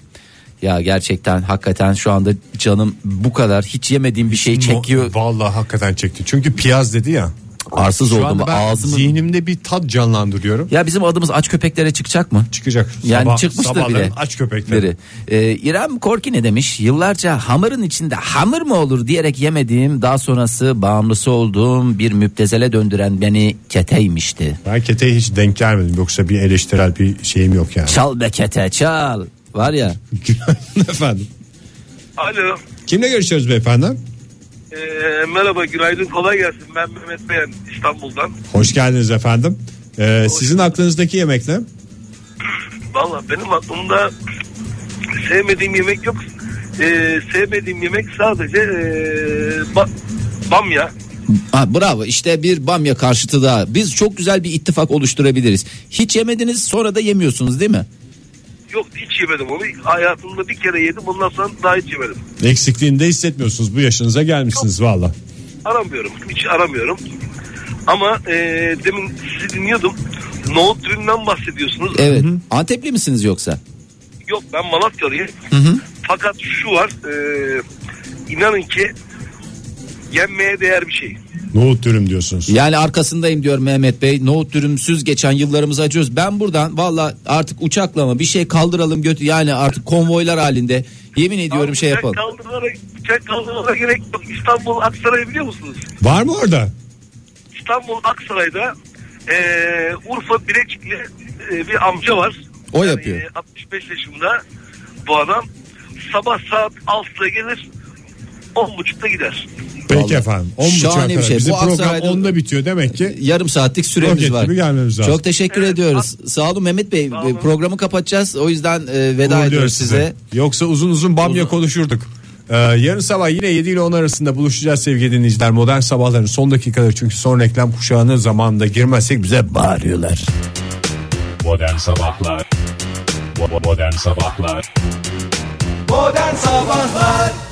[SPEAKER 8] Ya gerçekten hakikaten şu anda canım bu kadar hiç yemediğim bir şey çekiyor.
[SPEAKER 2] Vallahi hakikaten çekti. Çünkü piyaz dedi ya.
[SPEAKER 3] Arsız
[SPEAKER 2] Şu
[SPEAKER 3] oldum.
[SPEAKER 2] anda ben
[SPEAKER 3] Ağzımı...
[SPEAKER 2] zihnimde bir tat canlandırıyorum.
[SPEAKER 3] Ya bizim adımız aç köpeklere çıkacak mı?
[SPEAKER 2] Çıkacak.
[SPEAKER 3] Yani
[SPEAKER 2] Sabah-
[SPEAKER 3] çıkmıştır
[SPEAKER 2] sabahların
[SPEAKER 3] bile.
[SPEAKER 2] aç köpekleri.
[SPEAKER 3] Biri. Ee, İrem Korki ne demiş? Yıllarca hamurun içinde hamur mu olur diyerek yemediğim daha sonrası bağımlısı olduğum bir müptezele döndüren beni keteymişti.
[SPEAKER 2] Ben kete hiç denk gelmedim. Yoksa bir eleştirel bir şeyim yok yani.
[SPEAKER 3] Çal be kete çal. Var ya
[SPEAKER 2] Günaydın efendim.
[SPEAKER 11] Alo.
[SPEAKER 2] Kimle görüşüyoruz beyefendi?
[SPEAKER 11] Ee, merhaba günaydın kolay gelsin. Ben Mehmet Beyen İstanbul'dan.
[SPEAKER 2] Hoş geldiniz efendim. Ee, sizin aklınızdaki yemek ne?
[SPEAKER 11] Valla benim aklımda sevmediğim yemek yok. Ee, sevmediğim yemek sadece ee, ba- bamya.
[SPEAKER 6] Ha, bravo işte bir bamya karşıtı daha. Biz çok güzel bir ittifak oluşturabiliriz. Hiç yemediniz sonra da yemiyorsunuz değil mi?
[SPEAKER 11] Yok hiç yemedim onu. Hayatımda bir kere yedim ondan sonra daha hiç yemedim.
[SPEAKER 2] Eksikliğini de hissetmiyorsunuz. Bu yaşınıza gelmişsiniz valla.
[SPEAKER 11] Aramıyorum. Hiç aramıyorum. Ama ee, demin sizi dinliyordum. Nohut dürümden bahsediyorsunuz.
[SPEAKER 6] Evet. Antepli misiniz yoksa?
[SPEAKER 11] Yok ben Malatyalıyım. Fakat şu var. ee, inanın ki yenmeye değer bir şey.
[SPEAKER 2] Nohut dürüm diyorsunuz.
[SPEAKER 6] Yani arkasındayım diyor Mehmet Bey. Nohut dürümsüz geçen yıllarımızı acıyoruz. Ben buradan valla artık uçakla mı bir şey kaldıralım götü yani artık konvoylar halinde. Yemin ediyorum şey yapalım.
[SPEAKER 11] Uçak kaldırmalara, uçak kaldırmalara gerek yok. İstanbul Aksaray'ı biliyor musunuz?
[SPEAKER 2] Var mı orada?
[SPEAKER 11] İstanbul Aksaray'da eee Urfa Bilecikli eee, bir amca var.
[SPEAKER 6] O yapıyor.
[SPEAKER 11] eee, 65 yaşında bu adam. Sabah saat 6'da gelir 10.30'da gider.
[SPEAKER 2] Peki efendim. 10
[SPEAKER 6] Şahane
[SPEAKER 2] buçuğa
[SPEAKER 6] bir
[SPEAKER 2] kadar.
[SPEAKER 6] şey.
[SPEAKER 2] Bizim
[SPEAKER 6] Bu
[SPEAKER 2] program
[SPEAKER 6] Aksaray'da-
[SPEAKER 2] 10'da bitiyor demek ki.
[SPEAKER 6] Yarım saatlik süremiz
[SPEAKER 2] Roket
[SPEAKER 6] var.
[SPEAKER 2] gibi gelmemiz lazım.
[SPEAKER 6] Çok teşekkür
[SPEAKER 11] Evet,
[SPEAKER 6] ediyoruz. Sağ olun Mehmet Bey.
[SPEAKER 11] olun.
[SPEAKER 6] Programı kapatacağız. O yüzden e, veda
[SPEAKER 2] Uğurluyoruz
[SPEAKER 6] ediyoruz size.
[SPEAKER 2] Yoksa uzun uzun bamya konuşurduk. Ee, yarın sabah yine 7 ile 10 arasında buluşacağız sevgili dinleyiciler. Modern sabahların son dakikaları çünkü son reklam kuşağının zamanında girmezsek bize bağırıyorlar.
[SPEAKER 12] Modern Sabahlar Bo- bo- Modern Sabahlar
[SPEAKER 13] Modern Sabahlar